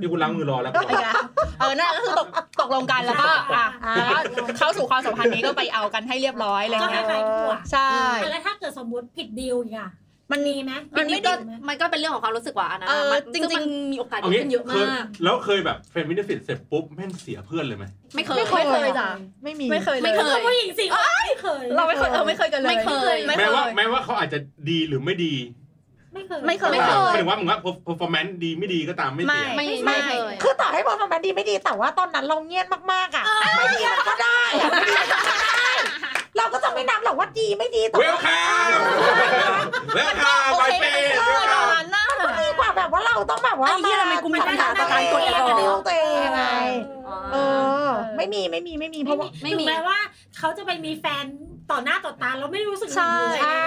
Speaker 4: ที่กูล้างมือรอแล้วกู
Speaker 3: เอาอีกแล้วเออนั่นก็คือตกตกลงกันแล้วก็อ่ะแล้วก็เข้าสู่ความสัมพันธ์นี้ก็ไปเอากันให้เรียบร้อยอะไร
Speaker 6: ก็ค
Speaker 3: เงี้ย
Speaker 6: ล้ายๆถั่ว
Speaker 3: ใช่
Speaker 6: อ่ะแล้วถ้าเกิดสมมติผิดดีลอีกอ่ะ
Speaker 3: มันมี
Speaker 6: มีไหม
Speaker 3: มันไม่
Speaker 6: ผิ
Speaker 3: ได้
Speaker 6: ดีลห
Speaker 2: มันก็เป็นเรื่องของความรู้สึกว่าอันนะ
Speaker 3: เออ
Speaker 2: มัน
Speaker 3: จริงๆ
Speaker 2: ซึ่มันมีโอกาส
Speaker 4: เอา
Speaker 2: เกิด
Speaker 4: งี้
Speaker 2: ขึ้นเยอะ
Speaker 4: เคย
Speaker 2: มาก
Speaker 4: แล้วเคยแบบเฟรนด์วินเนฟิตเสร็จปุ๊บแม่งเสียเพื่อนเลยไหม
Speaker 2: ไม่เคย
Speaker 7: ไม่เคย
Speaker 3: จ้ะ
Speaker 7: ไม่มี
Speaker 3: ไม่เคยล
Speaker 2: ไม่เคย
Speaker 6: ผู้หญิงสิไม่เคย
Speaker 3: เราไม่เคยเออไม่เคยกันเลย
Speaker 2: ไม่เคย
Speaker 3: ไม่
Speaker 4: แม้
Speaker 3: เค
Speaker 4: ว่าย แม้ว่าเขาอาจจะดีหรือไม่ดี
Speaker 6: ไม่เคย
Speaker 3: ไม่เคย
Speaker 2: ไม่
Speaker 4: ห
Speaker 2: เคย
Speaker 4: มายถึงว่ามึงว่า performance ดีไม่ดีก็ตามไม่เสีย
Speaker 2: ไม่
Speaker 3: ไม่
Speaker 2: ไม่เคย
Speaker 7: คือต่อให้บอกทำแบบดีไม่ดีแต่ว่าตอนนั้นเราเงียบมากๆอ่ะไม่ดีมันก็ได้อะไม่ดีมันก็ได้ เราก็จะไม่นับหรอกว่าดีไม่ดีแต่
Speaker 4: เวล
Speaker 7: ว่า
Speaker 4: คัมเวลคัม
Speaker 3: โอ
Speaker 4: ไป
Speaker 3: เค
Speaker 4: เป็
Speaker 3: ไม่
Speaker 4: น
Speaker 3: เค
Speaker 4: เวย ล
Speaker 3: ต
Speaker 4: คั
Speaker 3: อน
Speaker 4: ม
Speaker 3: นั้นน่ะ
Speaker 7: มันดีกว่าแบบว่าเราต้องแบบว่า
Speaker 2: ไอ้เหี้ยทำไมกูมีปัญหาต่อการกดแอลกอฮอล์
Speaker 7: เรื่องตัวเองไงเออ ไม่มีไม่มีไม่มีเพราะว่า
Speaker 2: ไม่
Speaker 6: ถึ
Speaker 2: มี
Speaker 6: งแม้ว่าเขาจะไปมีแฟนต่อหน้าต่อตาเราไม่รู้สึก
Speaker 3: ใช่
Speaker 6: เล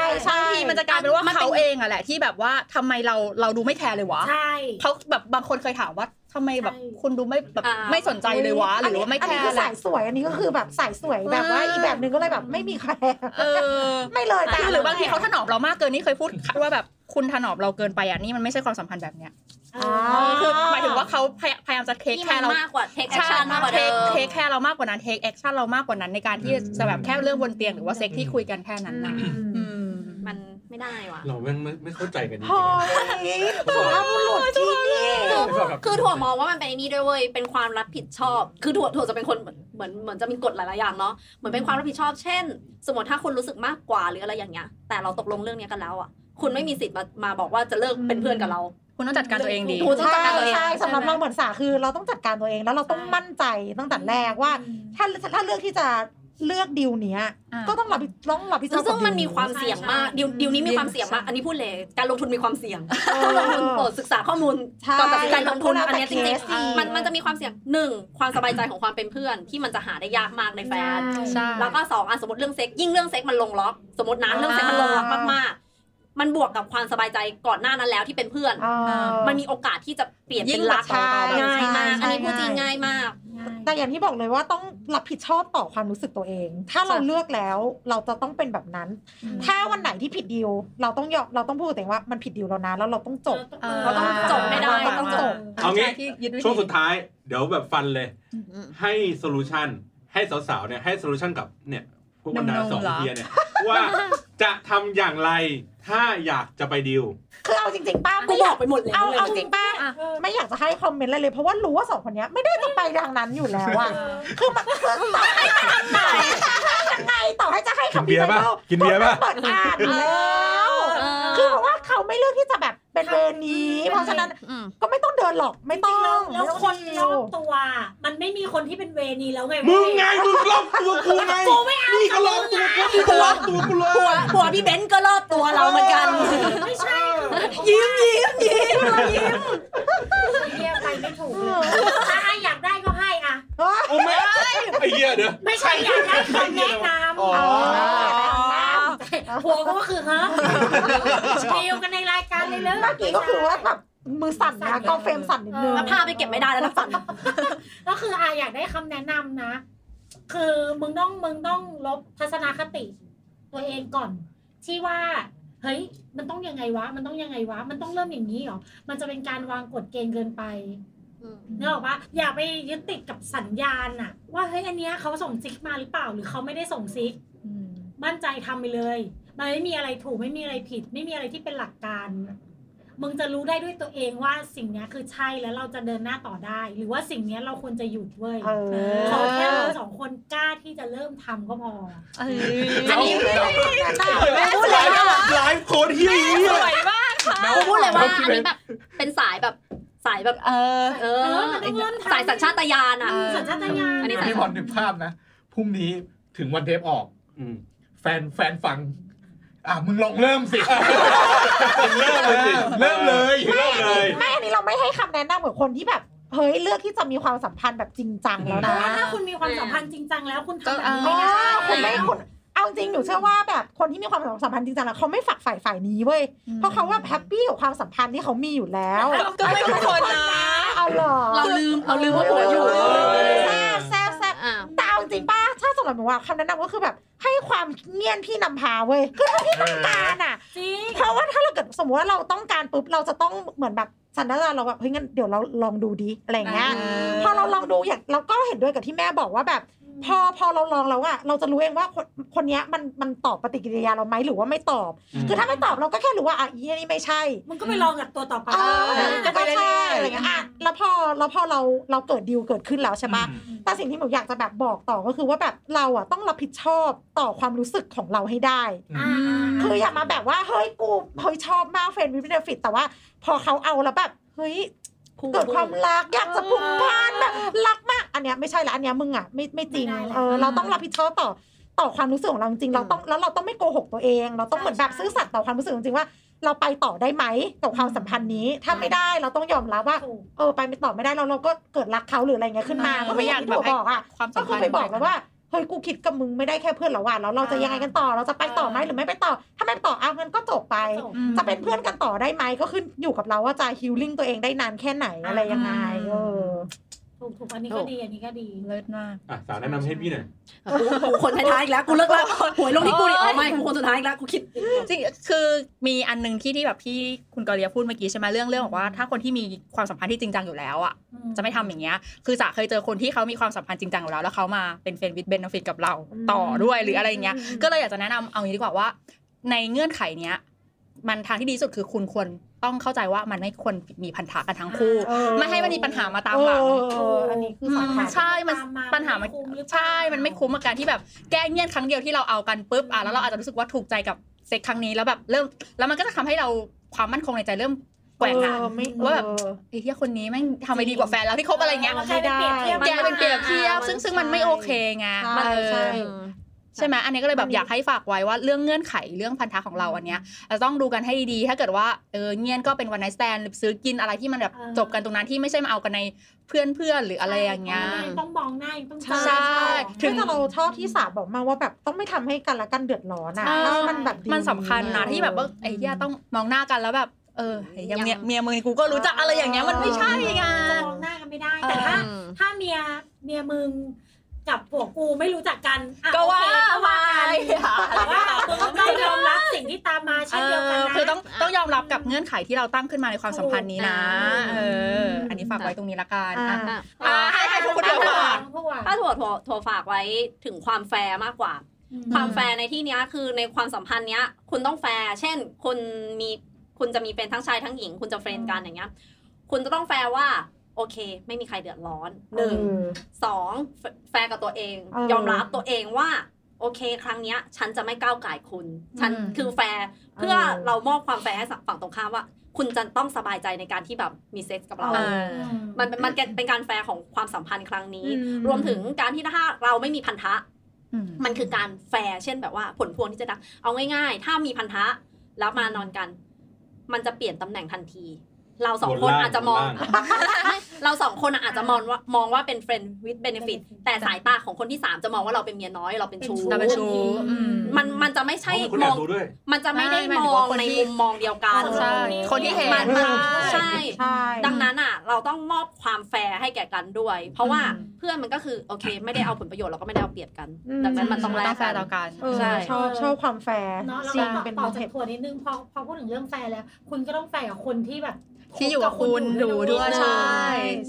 Speaker 6: ย
Speaker 7: ใช่
Speaker 3: บางทีมันจะกลายเป็นว่าเขาเองอะแหละที่แบบว่าทำไมเราเราดูไม่แคร์เลยวะ
Speaker 6: ใช่
Speaker 3: เขาแบบบางคนเคยถามว่าทำไมแบบ
Speaker 6: ใช่
Speaker 3: คุณดูไม่แบบ
Speaker 2: อ่า
Speaker 3: ไม่สนใจเลยวะหรือว่าไม่
Speaker 7: อัน
Speaker 3: แค
Speaker 7: นี้
Speaker 3: ร์
Speaker 7: คือ
Speaker 3: อะไร
Speaker 7: สายสวยอันนี้ก็คือแบบสายสวยแบบว่าอีกแบบหนึ่งก็เลยแบบไม่มีใคร
Speaker 3: เออ
Speaker 7: ไม่เลยจ้ะ
Speaker 3: คือหรือบางทีเขาถนอมเรามากเกินนี่เคยพูดว่าแบบคุณถนอมเราเกินไปอ่ะนี่มันไม่ใช่ความสัมพันธ์แบบเนี้ย
Speaker 6: เอ
Speaker 3: เออ
Speaker 6: อ
Speaker 3: คือหมายถึงว่าเขาพยพยายามจะเทค
Speaker 2: ที่
Speaker 3: แค
Speaker 2: มัน
Speaker 3: ร์เรา
Speaker 2: มากกว่า take
Speaker 3: ใช่
Speaker 2: action มากกว่า
Speaker 3: เท
Speaker 2: เดิ
Speaker 3: ค
Speaker 2: ม
Speaker 3: เทคแคร์เรามากกว่านั้นเทคแอคชั่นเรามากกว่านั้นในการที่จะแบบแค่เรื่องบนเตียงหรือว่าเซ็กที่คุยกันแค่นั้นนะอืม
Speaker 2: มันไม่ได้ว่ะ
Speaker 4: เราแม่งไม่ไม่เข้าใจกันจริ
Speaker 7: โอ้
Speaker 4: ง
Speaker 7: ยตัวบุรุษที่นี่
Speaker 2: คือถั่วมองว่ามันเป็นไอ้นี่ด้วยเว้ย เป็นความรับผิดชอบ คือถั่วถั่วจะเป็นคนเหมือนเหมือนเหมือนจะมีกฎหลายๆอย่างเนาะ เหมือนเป็นความรับผิดชอบ เช่น สมมติถ้าคุณรู้สึกมากกว่าหรืออะไรอย่างเงี้ย แต่เราตกลงเรื่องเนี้ยกันแล้วอ่ะ คุณไม่มีสิทธิ์มามาบอกว่าจะเลิกเป็นเพื่อนกับเรา
Speaker 3: คุณต้องจัดการตัวเองดี
Speaker 2: คุณต้องจัด
Speaker 7: ใช่
Speaker 2: การตัวเอง
Speaker 7: ใช่สำหรับเราเหมือนสาคือเราต้องจัดการตัวเองแล้วเราต้องมั่นใจตั้งแต่แรกว่า ถ้าถ้าเลือกที่จะเลือกดีลเนี้ย
Speaker 3: อ่า
Speaker 7: ก็ต้องรับผิดต้องรับผิดชอบ
Speaker 2: ซึ่งมันมี
Speaker 7: กับดีล
Speaker 2: ความเสี่ยงมากดิวดิวนี้มีความเสี่ยงมาก อันนี้พูดเลย การลงทุนมีความเสี่ยงต้องลงทุนโปรดศึกษาข้อมูล
Speaker 7: ใช่
Speaker 2: ก่อนตัดสินใจลงทุนอันเนี้ยจ
Speaker 7: แล้
Speaker 2: ริง
Speaker 7: วแต่เคสอีก
Speaker 2: ๆมันมันจะมีความเสี่ยงหนึ่งความสบายใจของความเป็นเพื่อนที่มันจะหาได้ยากมากในแฟน
Speaker 3: ใช่
Speaker 2: แล้วก็สองอ่ะสมมติเรื่องเซ็กยิ่งเรื่องเซ็กมันลงล็อก สมมตินะเรื่องเซ็กมันลงล็อกมากๆ มันบวกกับความสบายใจก่อนหน้านั้นแล้วที่เป็นเพื่อน
Speaker 7: เออ
Speaker 2: มันมีโอกาสที่จะเปลี่ยนเป็น
Speaker 3: ยิ่งกว่า
Speaker 2: รัก
Speaker 3: ใช่
Speaker 2: ง่ายมาก
Speaker 7: ใช่
Speaker 2: อันนี้พูดจริง
Speaker 7: ใช่
Speaker 2: ง่ายมาก
Speaker 7: แต่อย่างที่บอกเลยว่าต้องรับผิดชอบต่อความรู้สึกตัวเอง ถ้าเรา
Speaker 3: ใช่
Speaker 7: เลือกแล้วเราจะต้องเป็นแบบนั้น ถ้าวันไหนที่ผิดดีลเราต้องยอมเราต้องพูดกับตัวเองว่ามันผิดดีลแล้วนะแล้วเราต้องจบ
Speaker 2: เราต้องจบไม่ได้
Speaker 7: เราต้องจบ
Speaker 4: เอางี้
Speaker 3: ใช่ที่ยึดวิธี
Speaker 4: ช่วงสุดท้ายเดี๋ยวแบบฟันเลย ให้โซลูชันให้สาวๆเนี่ยให้โซลูชันกับเนี่ยพวกบรรดาสองเทียเนี่ยว่าจะทำอย่างไรถ้าอยากจะไปดิว
Speaker 7: คือเอาจริงๆป้า
Speaker 2: ก็
Speaker 7: ไม่อ
Speaker 2: อาย
Speaker 7: ยาก ก
Speaker 2: ไปหมดแล้ว
Speaker 7: เอา
Speaker 2: ลย
Speaker 7: เอาจริงป้าไม่อยากจะให้คอมเมนต์อะไรเลย เพราะว่ารู้ว่าสองคนเนี้ยไม่ได้จะไปทางนั้นอยู่แล้วอะคือมันคือต่อให้จะทำไหนยังไงต่อให้จะให้คำ
Speaker 1: กินเบียร์ปะกินเบียร์ปะ
Speaker 7: เปิดอ่านอยู่แล้ว
Speaker 2: เออ
Speaker 7: คือเพราะว่าเขาไม่เลือกที่จะแบบเป็นเวรนี้ เพราะฉะนั้นก็ไม่ต้องเดินหรอกไม่ต้อง
Speaker 6: แล้ว
Speaker 7: ไม่ต้อง
Speaker 6: คน
Speaker 7: ดิ
Speaker 6: รอบตัวมันไม่มีคนที่เป็นเวนี้แล้วไง
Speaker 4: มึงไงมึงรอบตัวกูไงนี่ก็รอบตัวกูนี่ก็รอบตัวกูเลย
Speaker 2: ผัวผัวพี่เบนซ์ก็รอบตัวเราเหมือนกัน
Speaker 6: ไม่ใช่
Speaker 2: ยิ้มยิ้มยิ้มเรายิ้ม
Speaker 6: เรียไปไม่ถูกเลยถ้าให้อยากได้ก็ให้อะ
Speaker 7: เออ
Speaker 4: โอ้แม่ไอ้เหี้ยเดี๋ยว
Speaker 6: ไม่ใช่อยากได้คนแนะนำ
Speaker 7: อ๋อ
Speaker 6: หัวก็คือฮะดีลกันในรายการเลยเลย
Speaker 7: เมื่อกี้ก็คือว่าแบบมือสั่นนะก็เฟรมสั่นนิดนึง
Speaker 2: แล้วพาไปเก็บไม่ได้แล้วนะฝัน
Speaker 6: ก็คืออาอยากได้คำแนะนำนะ คือมึงต้องมึงต้องลบทัศนคติ ตัวเองก่อน ที่ว่าเฮ้ยมันต้องยังไงวะ มันต้องยังไงวะ มันต้องเริ่มอย่างนี้เหรอมันจะเป็นการวางกฎเกณฑ์เกินไปนึกออกปะอย่าไปยึดติดกับสัญญาณอะว่าเฮ้ยอันเนี้ยเขาส่งซิกมาหรือเปล่าหรือเขาไม่ได้ส่งซิก
Speaker 3: อืม
Speaker 6: มั่นใจทำไปเลย มันไม่มีอะไรถูกไม่มีอะไรผิด ไม่มีอะไรที่เป็นหลักการ มึงจะรู้ได้ด้วยตัวเองว่าสิ่งเนี้ยคือใช่แล้วเราจะเดินหน้าต่อได้ หรือว่าสิ่งเนี้ยเราควรจะหยุดเว้ย
Speaker 7: เออ
Speaker 6: ขอแค่เราสองคนกล้าที่จะเริ่มทำก็พอ
Speaker 3: เอ
Speaker 4: เดี๋
Speaker 3: อั
Speaker 4: ย
Speaker 3: น
Speaker 4: ว
Speaker 3: นี้
Speaker 4: เดี๋ยว
Speaker 2: แม่พูดเลยว่า
Speaker 4: ไลฟ์โค้ดเหี้ยอย่างนี้
Speaker 3: ส
Speaker 4: เล
Speaker 3: ว
Speaker 4: ย
Speaker 3: ยมากค่ะ
Speaker 2: แม่พูดเลยว่าอันนี้แบบเป็นสายแบบสายแบบ
Speaker 3: เออ
Speaker 2: เอ
Speaker 6: เอ
Speaker 2: อ
Speaker 6: อมันต้องเริ่มทำ
Speaker 2: สายสัญชาตญาณอ่ะ
Speaker 3: เออ
Speaker 6: สัญชาตญาณ
Speaker 2: อันนี้
Speaker 5: เดี๋ยวให้พรนึกภาพนะพรุ่งนี้ถึงวันเทปออก แฟนแฟนฟัง อ่ะมึงลองเริ่มสิ
Speaker 4: เริ่มเลยสิ
Speaker 5: เริ่มเลย
Speaker 4: เริ่มเลย
Speaker 7: ไม่อันนี้เราไม่ให้คำแนะนำเหมือนคนที่แบบเฮ้ยเลือกที่จะมีความสัมพันธ์แบบจริงจังแล้ว
Speaker 6: แต่
Speaker 7: นะ
Speaker 6: ว่าถ้าคุณมีความสัมพันธ์จริงจังแล้วคุณทำแบบนี้
Speaker 7: เอ
Speaker 6: ไม่ได้
Speaker 7: อคุณไม่คุณเอาจริงหนูเชื่อว่าแบบคนที่มีความสัมพันธ์จริงจังแล้วเขาไม่ฝักใฝ่ฝ่ายนี้เว้ยเพราะเขาว่าแฮปปี้กับความสัมพันธ์ที่เขามีอยู่แล้ว
Speaker 3: ก็ไม่ทุกคนนะ
Speaker 7: เอาเหรอ
Speaker 2: เราลืมเราลืมว่าผัวอยู่
Speaker 7: แซ่บแซ่บแซ่บ
Speaker 2: อ่า
Speaker 7: แต่เอาจริงป้าถ้าสำหรับหนูอะคำแนะนำก็คือแบบให้ความเงียนพี่นำพาเว้ยคือถ้าพี่ต้องการอะ
Speaker 6: จริง
Speaker 7: เพราะว่าถ้าเราเกิดสมมติว่าเราต้องการปุ๊บเราจะต้องเหมือนแบบสันดานเราแบบเฮ้ยงั้นเดี๋ยวเราลองดูดีอะไรอย่างเงี้ย
Speaker 3: เออ
Speaker 7: พอเราลองดูอย่างเราก็เห็นด้วยกับที่แม่บอกว่าแบบ พอพอเราลองแล้วอะเราจะรู้เองว่าคนคนเนี้ยมันมันตอบปฏิกิริยาเราไหมหรือว่าไม่ตอบ
Speaker 4: อืม
Speaker 7: คือถ้าไม่ตอบเราก็แค่รู้ว่าอ่ะอีนี่ไม่ใช่
Speaker 6: มึงก็ไปลองกับตัวต่อไป
Speaker 7: เออ
Speaker 3: ก็ไปเรื่อยๆ
Speaker 7: ใช่อะไรเงี้ยอ่ะแล้วพอแล้วพอเราเราเกิดดีลเกิดขึ้นแล้วใช่ปะแต่สิ่งที่หนูอยากจะแบบบอกต่อก็คือว่าแบบเราอ่ะต้องรับผิดชอบต่อความรู้สึกของเราให้ได้ คืออย่ามาแบบว่าเฮ้ยกูเฮ้ยชอบมากเฟรนด์วิเนฟิตแต่ว่า พอเขาเอาแล้วแบบเฮ้ยเกิดความรักอยากจะพลุกพล่านแบบรักมากอันเนี้ยไม่ใช่ละอันเนี้ยมึงอ่ะไม่ไม่จริง
Speaker 6: ไม่ได้ละ
Speaker 7: เออเราต้องรับผิดชอบต่อต่อความรู้สึกของเราจริงๆเราต้องแล้วเราต้องไม่โกหกตัวเอง เราต้องเหมือนแบบ
Speaker 6: ใช่
Speaker 7: ซื่อสัตย์ต่อความรู้สึกจริงๆว่า เราไปต่อได้ไหมกับความสัมพันธ์นี้ ถ้าไม่ได้เราต้องยอมรับว่า
Speaker 6: ถูก
Speaker 7: เออไปไม่ต่อไม่ได้เราเราก็เกิดรักเขาหรืออะไรเงี้ยขึ้นมา
Speaker 3: เออ
Speaker 7: ก็ไม่อยาก
Speaker 3: ไม่อยาก
Speaker 7: แบบบอกอ่ะ
Speaker 3: แบบความสั
Speaker 7: ก็
Speaker 3: มพั
Speaker 7: คื
Speaker 3: น
Speaker 7: อ
Speaker 3: ธ์
Speaker 7: ไปบอกแล้วว่าเฮ้ยกูคิดกับมึงไม่ได้แค่เพื่อนหรอว่ะแล้วเราจะยังไงกันต่อเราจะไปต่อไหม
Speaker 6: เออ
Speaker 7: หรือไม่ไปต่อ ถ้าไม่ไปต่ออ้าวงั้นก็จบไป
Speaker 6: จบ
Speaker 7: จะเป็นเพื่อนกันต่อได้ไหมก็ขึ้นอยู่กับเราว่าจะฮิลลิ่งตัวเองได้นานแค่ไหนอะไรยังไงเออ
Speaker 6: ถูกถูกอันนี้ก็ดีอันนี้ก็ดี
Speaker 3: เลิศมาก
Speaker 4: อ่ะสาวแนะนำให้พี่หน่อย
Speaker 2: กูกูคนท้ายๆอีกแล้วกูเลิกแล้วหวยลงที่กูดิเอาไม่กูคนสุดท้ายอีกแล้วกูคิด
Speaker 3: จริงๆคือมีอันหนึงที่ที่แบบพี่คุณกอเลียพูดเมื่อกี้ใช่ไหมเรื่องเรื่องบอกว่าถ้าคนที่มีความสัมพันธ์ที่จริงจังอยู่แล้วอ่ะจะไม่ทำอย่างเงี้ยคือจะเคยเจอคนที่เขามีความสัมพันธ์จริงจังอยู่แล้วแล้วเขามาเป็นเฟนวิดเบนฟิตกับเราต่อด้วยหรืออะไรอย่างเงี้ย ก็เลยอยากจะแนะนำเอางี้ดีกว่าว่า ในเงื่อนไขเนี้ยมันทางที่ดีที่สุดคือคุณควรต้องเข้าใจว่ามันไม่ควรมีพันธะกันทั้งคู่
Speaker 7: เออ
Speaker 3: ไม่ให้มันมีปัญหามาตามหลัง
Speaker 7: เออเอออันนี้คือสำคัญ
Speaker 3: ใช่ มัน
Speaker 6: ตามมา
Speaker 3: ปัญหา มัน
Speaker 6: ไม่คุ้มหรือเปล่า
Speaker 3: ใช่ มันไม่คุ้มกับการที่แบบแก้เงียนครั้งเดียวที่เราเอากันปุ๊บ อ่ะ แล้วเราอาจจะรู้สึกว่าถูกใจกับเซ็กครั้งนี้แล้วแบบเริ่ม แล้วมันก็จะทำให้เราความมั่นคงในใจเริ่มแกว่งอ่ะ
Speaker 7: เออไม่
Speaker 3: ว่าแบบ
Speaker 7: เออ
Speaker 3: ไอ้เหี้ยคนนี้แม่งทำไปดีกว่าแฟนเราที่คบอะไรเงี้ย
Speaker 6: ใครเป็นเปรียบเทียบ
Speaker 3: แกเป็นเปรียบเทียบ
Speaker 2: มัน
Speaker 3: ซึ่งซึ่ง
Speaker 2: ใช่
Speaker 3: มันไม่โอเคไง
Speaker 7: ใช่
Speaker 3: เออ
Speaker 7: ใช่
Speaker 3: ใช่ไหมอันนี้ก็เลยแบบอยากให้ฝากไว้ว่าเรื่องเงื่อนไขเรื่องพันธะของเราอันเนี้ยเราต้องดูกันให้ดีๆ ถ้าเกิดว่าเออเงียนก็เป็นวันไนสแตนหรือซื้อกินอะไรที่มันแบบ
Speaker 6: เออ
Speaker 3: จบกันตรงนั้นที่ไม่ใช่มาเอากันในเพื่อนๆหรืออะไรอย่างเงี้ย
Speaker 6: ต้องมองหน้ายังต้องเจอ
Speaker 3: ใช่
Speaker 7: ถึงแต่เราชอบที่สาบอกมาว่าแบบต้องไม่ทำให้กันและกันเดือดร้อนอะ
Speaker 3: ใช่
Speaker 7: ถ้ามันแบบดี
Speaker 3: มันสำคัญนะที่แบบว่าไอ้เหี้ยต้องมองหน้ากันแล้วแบบ เออไอ้เหี้ยเมียเมียมึงกูก็รู้จักอะไรอย่างเงี้ยมันไม่ใช่ไง
Speaker 6: มองหน้ากันไม่ ได้ แต่ถ้า ถ้าเมียเมียมึงกับผัวกูไม่รู้จักกันอ่ะ
Speaker 3: ก็ว่า
Speaker 6: โอเคก็ว่ากัน แต่
Speaker 3: แต่
Speaker 6: ว่า
Speaker 3: ว่า
Speaker 6: มึงก็ต้องยอมรับสิ่งที่ตามมา
Speaker 3: เอ
Speaker 6: เช่นเดียวกัน
Speaker 3: อ
Speaker 6: นะ
Speaker 3: คือต้องต้องยอมรับกับเงื่อนไขที่เราตั้งขึ้นมาในความสัมพันธ์นี้นะ เออ อันนี้ฝากไว้ตรงนี้ละกันอ่ะ
Speaker 7: อ่า
Speaker 3: อ่าให้ให้ทุกคนเดียวก่อน
Speaker 6: พวกว่า
Speaker 2: ถ้าถั่วถั่วถั่วฝากไว้ถึงความแฟร์มากกว่า
Speaker 6: อืม
Speaker 2: ความแฟร์ในที่เนี้ยคือในความสัมพันธ์เนี้ย คุณต้องแฟร์เช่นคุณมีคุณจะมีเป็นทั้งชายทั้งหญิง คุณจะเฟรนด์กันอย่างเงี้ยคุณจะต้องแฟร์ว่า โอเค ไม่มีใครเดือดร้อนหนึ่งสองแฟแฟร์กับตัวเอง
Speaker 7: เออย
Speaker 2: อมรับตัวเองว่า โอเค ครั้งเนี้ย ฉันจะไม่ก้าวไก่ายคุณ ฉัน
Speaker 7: อืม
Speaker 2: คือแฟร์เพื่อ
Speaker 7: เออ
Speaker 2: เรามอบความแฟร์ให้ฝั่งตรงข้ามว่า คุณจะต้องสบายใจในการที่แบบมีเซ็กส์กับเรา
Speaker 3: เออ
Speaker 2: มันเป็นมันเป็นการแฟร์ของความสัมพันธ์ครั้งนี้
Speaker 7: อืม
Speaker 2: รวมถึงการที่ถ้าเราไม่มีพันธะ
Speaker 3: อืม
Speaker 2: มันคือการแฟร์เช่นแบบว่าผลพวงที่จะได้เอาง่ายๆ ถ้ามีพันธะแล้วมานอนกัน มันจะเปลี่ยนตำแหน่งทันที เราสองคน
Speaker 4: บนล่าง
Speaker 2: อาจจะมอง
Speaker 4: บนล่าง
Speaker 2: ไม่เราสองคนอาจจะมองว่ามองว่าเป็น friend with benefit แต่สายตาของคนที่สามจะมองว่าเราเป็นเมียน้อยเราเป็นชู้
Speaker 3: เราเป็นชู้อืม
Speaker 2: มันมันจะไม่ใช่
Speaker 4: เพราะ
Speaker 2: มอบ ง
Speaker 4: คุณแอดูด้วย
Speaker 2: มันจะไม่ได้
Speaker 3: ไม่ห
Speaker 2: ม
Speaker 3: มายถึง
Speaker 2: อง
Speaker 3: ว่าคน
Speaker 2: ใน
Speaker 3: ที่
Speaker 2: มุมมองเดียวกัน
Speaker 3: ใช่ คนที่เห็น
Speaker 2: มันมันใช่
Speaker 7: ใช่
Speaker 2: ดังนั้นอ่ะเราต้องมอบความแฟร์ให้แก่กันด้วย เพราะว่าเพื่อนมันก็คือโอเค ไม่ได้เอาผลประโยชน์เราก็ไม่ได้เอาเปรียบกัน
Speaker 7: อืม
Speaker 2: ดังนั้นมัน
Speaker 3: ต้
Speaker 2: ต้
Speaker 3: อ
Speaker 2: อง ง
Speaker 3: แล
Speaker 2: แล
Speaker 3: ก
Speaker 2: ก
Speaker 3: แฟ
Speaker 2: กัน น
Speaker 3: ต่อกัน
Speaker 7: เออ
Speaker 2: ใช่
Speaker 7: ชอบชอบความแฟร์
Speaker 6: เนาะเรา
Speaker 7: จริง
Speaker 6: ต่อ
Speaker 7: เป็น
Speaker 6: ต่อ
Speaker 7: โม
Speaker 6: จาก
Speaker 7: เห็ด
Speaker 6: ถั่วนิดนึงพอพอพูดถึงเรื่องแฟนแล้ว คุณก็ต้องแฟนกับคนที่แบบ
Speaker 3: ที่อยู่กับคุณ
Speaker 6: บ
Speaker 3: อยู่ด้วย
Speaker 6: นะ
Speaker 3: ใช่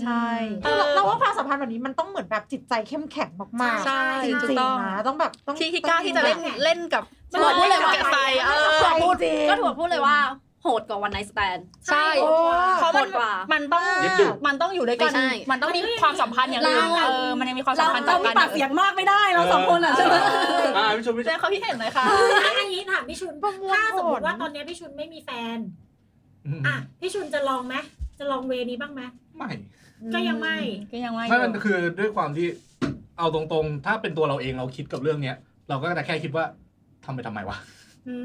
Speaker 7: ใช่
Speaker 3: เออ
Speaker 7: เราว่าความสัมพันธ์แบบนี้มันต้องเหมือนแบบจิตใจเข้มแข็งมากๆ
Speaker 3: ใช่
Speaker 7: จริง
Speaker 3: ถูก
Speaker 7: ๆ
Speaker 3: ต้อง
Speaker 7: นะต้องแบบต้อง
Speaker 3: ที่ที่กล้าที่จะเล่นเล่นกับ
Speaker 2: มันบอกได้เลยว่า
Speaker 3: กับใครเออ
Speaker 7: ใช่จริง
Speaker 2: ก็ถือว่าพูดเลยว่าโหดกว่าวันไนสแตน
Speaker 3: ใช่
Speaker 7: โอ้
Speaker 3: เพราะมัน
Speaker 2: โหดกว่า
Speaker 3: มันต้อง
Speaker 4: ยึดอยู่
Speaker 3: มันต้องอยู่ด้วยกัน
Speaker 2: ไม่ใช่
Speaker 3: มันต้องมีความสัมพันธ์อย่างอื่น
Speaker 2: เรา
Speaker 3: เออมันยังมีความสั
Speaker 2: เรา
Speaker 3: มพันธ์ต่
Speaker 2: เรา
Speaker 3: อ
Speaker 2: มี
Speaker 3: กัน
Speaker 2: ปากเสียงมากไม่ได้เรา
Speaker 4: เออ
Speaker 2: สองคนอ่ะใช่ไหม
Speaker 4: อ่าพี่ชมพี่ช
Speaker 3: แจ้
Speaker 4: ม
Speaker 3: งเขาพี่เห็นเลยค่ะ
Speaker 6: อันนี้ถามพี่ชุน
Speaker 7: ประมวล
Speaker 6: ถ้าสมม
Speaker 7: ผล
Speaker 6: ติว่าตอนเนี้ยพี่ชุนไม่มีแฟน
Speaker 5: อืม
Speaker 6: อ่ะพี่ชุนจะลองไหมจะลองเวนี้บ้างไหม
Speaker 5: ไม่
Speaker 6: ก็ยังไม่
Speaker 3: ก็ยังไม่
Speaker 5: ไม่มันคือด้วยความที่เอาตรงๆ ถ้าเป็นตัวเราเองเราคิดกับเรื่องเนี้ย เราก็จะแค่คิดว่าทำไปทำไมวะ
Speaker 3: อื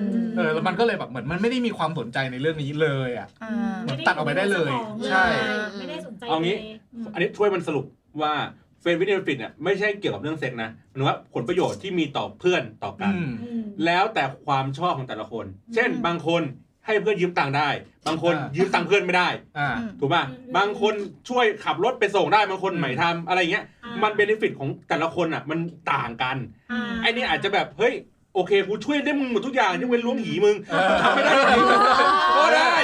Speaker 3: ม
Speaker 5: เออแล้วมันก็เลยแบบเหมือนมันไม่ได้มีความสนใจในเรื่องนี้เลยอ่ะ
Speaker 3: อ่า
Speaker 5: เหมือนตัดออกไปได้เลยใช่
Speaker 6: ไม่ได้สนใจ
Speaker 4: เอางี้
Speaker 6: ลย
Speaker 4: อันนี้ช่วยมันสรุปว่าเฟรนด์วิดเนฟิตเนี่ยไม่ใช่เกี่ยวกับเรื่องเซ็กนะหมายถึงว่าผลประโยชน์ที่มีต่อเพื่อนต่อกัน
Speaker 5: อืม
Speaker 6: อืม
Speaker 4: แล้วแต่ความชอบของแต่ละคน เช่น บางคนให้เพื่อนยืมตังค์ได้ บางคน
Speaker 5: อ่ายื
Speaker 4: ยืมตังค์เพื่อนไม่ได้
Speaker 5: อ่า
Speaker 4: ถูกป่ะ
Speaker 6: อืม
Speaker 4: บางคนช่วยขับรถไปส่งได้ บางคน
Speaker 5: อืม
Speaker 4: ใหม่ทำอะไรเงี้ย
Speaker 6: อ่ะ
Speaker 4: มันเบนฟิตของแต่ละคนอ่ะ มันต่างกัน
Speaker 6: า
Speaker 4: ไอ้นี่อาจจะแบบ เฮ้ย โอเค กูช่วยได้มึงหมดทุกอย่างยกเว้นล้วงหีมึง
Speaker 5: เออ
Speaker 4: ทำไม่ได้จริงๆก็ได้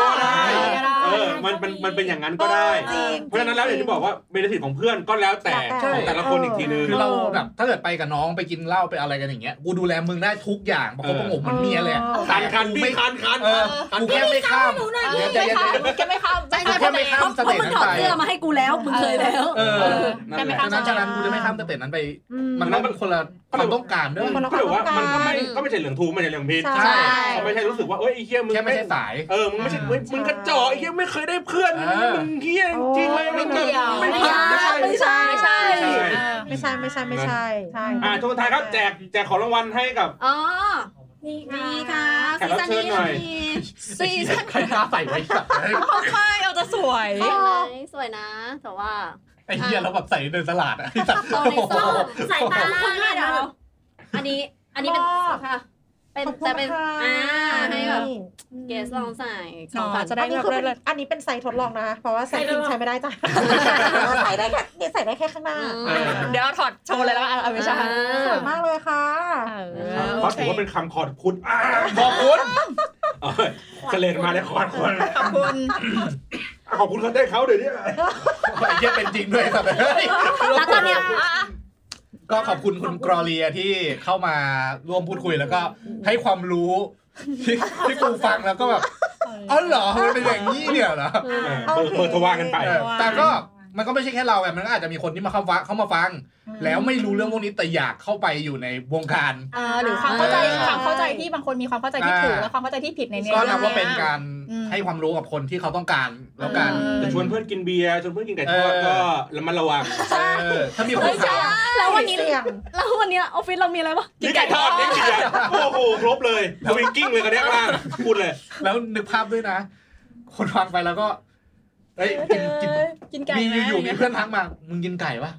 Speaker 4: ก็ได้
Speaker 3: ก็ได้
Speaker 4: เออมันมันมันเป็นอย่างนั้นก็ได้
Speaker 7: จริง
Speaker 4: เพราะฉะนั้นแล้วอย่างที่บอกว่าเบนฟิตของเพื่อนก็แล้วแต่
Speaker 7: ใช่
Speaker 4: ของแต่ละคนอีกทีนึง
Speaker 5: คือเราแบบถ้าเกิดไปกับน้องไปกินเหล้าไปอะไรกันอย่างเงี้ยกูดูแลมึงได้ทุกอย่างเพราะเขา
Speaker 4: เออ
Speaker 5: ประงมเหมือนเมียเลยอะ
Speaker 7: เออ
Speaker 4: คันคัน
Speaker 5: กู
Speaker 4: พี่
Speaker 5: ไม่
Speaker 4: คันคัน
Speaker 5: เออกูแค่ไม่ข้าม
Speaker 3: เอ
Speaker 5: เดี๋
Speaker 3: อ
Speaker 5: ยวใจ
Speaker 3: แค่
Speaker 5: เย็
Speaker 3: ไม่
Speaker 5: น
Speaker 3: ข้ามแค่ไม่ข้ามใจ
Speaker 5: ๆกูแค่ไม่ข้ามส
Speaker 2: เพราะ
Speaker 5: เตจ
Speaker 2: มึง
Speaker 5: นั้น
Speaker 2: ถอด
Speaker 5: ไป
Speaker 2: เสื้อมาให้กูแล้วมึงเคยแล้ว
Speaker 5: เออ
Speaker 4: เออ
Speaker 5: แค่
Speaker 4: นั่น
Speaker 5: ไม่
Speaker 4: แหละ
Speaker 5: ข้ามฉะนั้นกูจะไม่ข้ามสเตจนั้นไป
Speaker 7: อืม
Speaker 5: มันต้องเป็นคนละความต้องการด้วย
Speaker 7: คนละ
Speaker 4: ก็แบบว่ามันก็ไม่
Speaker 7: ต้องการ
Speaker 4: ก็ไม่ใช่เหลืองทูไม่ใช่เหลืองพิษ
Speaker 5: ใช่
Speaker 4: ก็ไม่ใช่รู้สึกว่าเอ้ยไอ้เหี้ยมึง
Speaker 5: แค่ไม่ใช่สาย
Speaker 4: เออมึงไม่ใช่เฮ้ยมึงกระจอกไอ้เหี้ยไม่เคยได้เพื่อน
Speaker 5: เออ
Speaker 4: มึงเหี้ยจริงเลย
Speaker 7: โอ้
Speaker 4: มึงแบบ
Speaker 3: ไม่
Speaker 4: ไม่
Speaker 3: เกี่ย
Speaker 4: ใช่
Speaker 3: ว
Speaker 4: ไม่ใช่
Speaker 3: ไม่ใช่ไม่ใช่
Speaker 4: ไม่ใช่
Speaker 3: เออ
Speaker 7: ไม่ใช่ไม่ใช่ไม่ใช่ใช่
Speaker 4: อ่าทุกทายครับแจกแจกของรางวัลให้กับ
Speaker 2: อ๋อ
Speaker 6: นี่ค่ะ
Speaker 2: ดีค่ะ
Speaker 4: แขกรับเชิญหน่อย
Speaker 3: ซีซั่น
Speaker 5: ใครกล้าใส่ไว้สัก
Speaker 3: เขาค่ายเอาจะสวย
Speaker 2: สวยไหมสวยนะ แต่ว่า
Speaker 5: ไอ้เหี้ยเราแบบใส่เดินตลาดอะไอ้สัตว์
Speaker 2: เอาในซ่อม
Speaker 6: สายตาคน
Speaker 2: ไม่
Speaker 6: ละ
Speaker 2: เดี๋ย
Speaker 6: นะ
Speaker 2: วอันนี้อันนี้เป็น
Speaker 7: มอบ
Speaker 2: ค่ะ เป็น
Speaker 7: ขอบคุณ
Speaker 2: แต่เป็น
Speaker 7: ค่ะ
Speaker 2: อ่าให้แบบ
Speaker 7: นี่
Speaker 2: เกสลองใส่ของขวัญ
Speaker 3: อ๋อจะได้
Speaker 7: อันนี้คือเป็นอันนี้เป็นไซส์ทดลองนะ เพราะว่าไซส์จริงใช้ไม่ได้จ้ะใส่ได้แค่นี่ใส่ได้แค่ข้างหน้า
Speaker 3: เดี๋ยวเราถอดโชว์เลยแล้วกันเอาไม่ใช่
Speaker 7: สวยมากเลยค่ะ
Speaker 3: เออ
Speaker 4: เพ
Speaker 3: โอ
Speaker 4: ราะ
Speaker 3: เค
Speaker 4: ถือว่าเป็นคำขอบคุณอ่า
Speaker 5: ขอบคุณ
Speaker 4: เอ้ยเฉลยมาเลยขอบคุณ
Speaker 3: ขอบคุณ
Speaker 4: ขอบคุณเขาได้เขาเดี๋ยวนี้
Speaker 5: ไอ้เหี้ยเป็นจริงด้วยสัตว์เอ้ย
Speaker 2: แล้วตอนเนี้ย
Speaker 5: ก็ขอบคุณคุณกรอเลียที่เข้ามาร่วมพูดคุยแล้วก็ให้ความรู้ ที่ที่กูฟังแล้วก็แบบอ๋อเหรอมันเป็นอย่างนี้เนี่ยเหรอ
Speaker 4: เออเบอร์เบอร์ทว่ากันไป
Speaker 5: เออแต่ก็มันก็ไม่ใช่แค่เราไงมันก็อาจจะมีคนที่มาเข้าฟังเข้ามาฟัง แล้วไม่รู้เรื่องพวกนี้แต่อยากเข้าไปอยู่ในวงการ
Speaker 3: อ่าหรือความเข้าใจควา
Speaker 5: อ่า
Speaker 3: มเข้าใจที่บางคนมีความเข้าใจที่ถูก
Speaker 5: อ่า
Speaker 3: และความเข้าใจที่ผิดในเนื้
Speaker 5: ก็
Speaker 3: อ
Speaker 5: นับว่าเป็น
Speaker 3: ย
Speaker 5: การ
Speaker 3: อืม
Speaker 5: ให้ความรู้กับคนที่เขาต้องการแล้วกัน
Speaker 3: เออ
Speaker 4: จะชวนเพื่อนกินเบียร์ชวนเพื่อนกินไก่ทอด
Speaker 5: เออ
Speaker 4: ก็ระมัดระวัง
Speaker 5: เออถ้ามีคนถาม
Speaker 2: แล้ววันนี้
Speaker 7: เสี่ยง
Speaker 2: แล้ววันนี้ออฟฟิศเรามีอะไรวะ
Speaker 4: กินไก่ทอดเลี้ยงเบียร์โอ้โหครบเลยสวิงกิ้งเลยกันเนี้ยบ้างพูดเลย
Speaker 5: แล้วนึกภาพด้วยนะ คนฟังไปแล้วก็เอ้ยกินกิน
Speaker 3: กินไก่
Speaker 5: มี
Speaker 3: ไหม
Speaker 5: อยู่ๆมีเพื่อนทักมา มึงกินไก่ปะ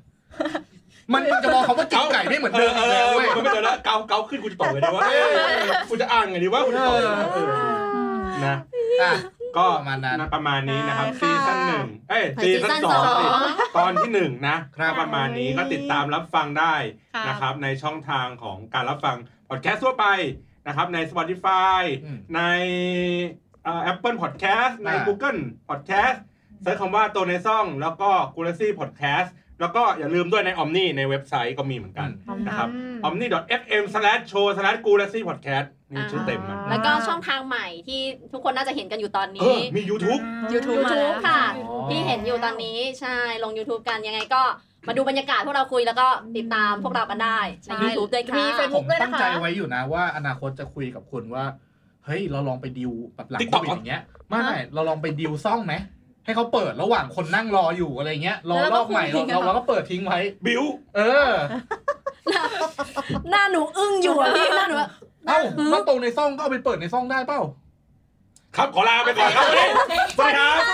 Speaker 5: มันมันจะมองเขาว่ากินไก่ไม่เหมือนเดิม
Speaker 4: เอ
Speaker 5: อีกแล้ว
Speaker 4: อเอ
Speaker 5: เว้ย
Speaker 4: อมันไม่เจอแล้วเกาเกาขึ้นกูจะตอบไปดีว่ากูจะอ่านไงดีว่ากูจะตอบไงดีวะ
Speaker 5: เออ
Speaker 4: นะ
Speaker 5: อ่ะ
Speaker 4: ก็
Speaker 5: ประมาณนั้น
Speaker 4: ประมาณนี้นะครับ
Speaker 7: ใช่
Speaker 4: ซี
Speaker 7: ค่ะ
Speaker 4: ซั่นหนึ่งเอ้ย
Speaker 2: ไป
Speaker 4: ซีซั่น
Speaker 2: ซีซั่น
Speaker 4: สอง
Speaker 2: สอง
Speaker 4: สิตอนที่หนึ่งนะครับ ประมาณนี้ก็ติดตามรับฟังได้
Speaker 3: ค่ะ
Speaker 4: นะครับ ในช่องทางของการรับฟังพอดแคสต์ทั่วไปนะครับใน Spotify
Speaker 5: อืม
Speaker 4: ในเอ่อ Apple Podcast ใน
Speaker 5: อ่า
Speaker 4: Google Podcast เซิร์ชคำว่าตัวในซ่องแล้วก็กูร a ซี่พอดแคสต์แล้วก็อย่าลืมด้วยในออมนี่ในเว็บไซต์ก็มีเหมือนกัน
Speaker 7: อืม
Speaker 4: นะครับ omni.fm/show/gurassypodcast นี่ชื่อเต็มมัน
Speaker 2: แล้วก็ช่องทางใหม่ที่ทุกคนน่าจะเห็นกันอยู่ตอน
Speaker 4: เอ
Speaker 2: นี้
Speaker 4: อ มี YouTube
Speaker 3: YouTube มา
Speaker 2: YouTube ค่ะ
Speaker 5: อ๋อ
Speaker 2: ที่เห็นอยู่ตอนนี้ใช่ลง YouTube กันยังไงก็มาดูบรรยากาศพวกเราคุยแล้วก็ติดตามพวกเรากันได้ใน YouTube ด้วยค่ะ
Speaker 3: มี Facebook
Speaker 5: ผม
Speaker 3: ด้วย
Speaker 5: ตั้
Speaker 3: นะคะ
Speaker 5: งใจไว้อยู่นะว่าอนาคตจะคุยกับคุณว่า เฮ้ย เราลองไปดิวแบบหลังโค
Speaker 4: TikTok
Speaker 5: วิดอย่างเงี้ยไม่ไม่เราลองไปดิวซ่องไหมให้เขาเปิดระหว่างคนนั่งรออยู่อะไรเงี้ยรอ
Speaker 2: แล้ว
Speaker 5: ร
Speaker 2: เรา
Speaker 5: อบใหม่
Speaker 2: ก็คุ
Speaker 5: เรา
Speaker 2: ยกัน
Speaker 5: เราเราก็เปิดทิ้งไว้
Speaker 4: บิว
Speaker 5: เออ
Speaker 2: หน้าหนูอึ้งอยู่อะพี่หน้าหนูแบบ
Speaker 5: เอ้าก็ตรงในซ่องก็เอาไปเปิดในซ่องได้เปล่า
Speaker 4: ครับ ขอลาไปก่อนครับวันนี้สวัสดีครับ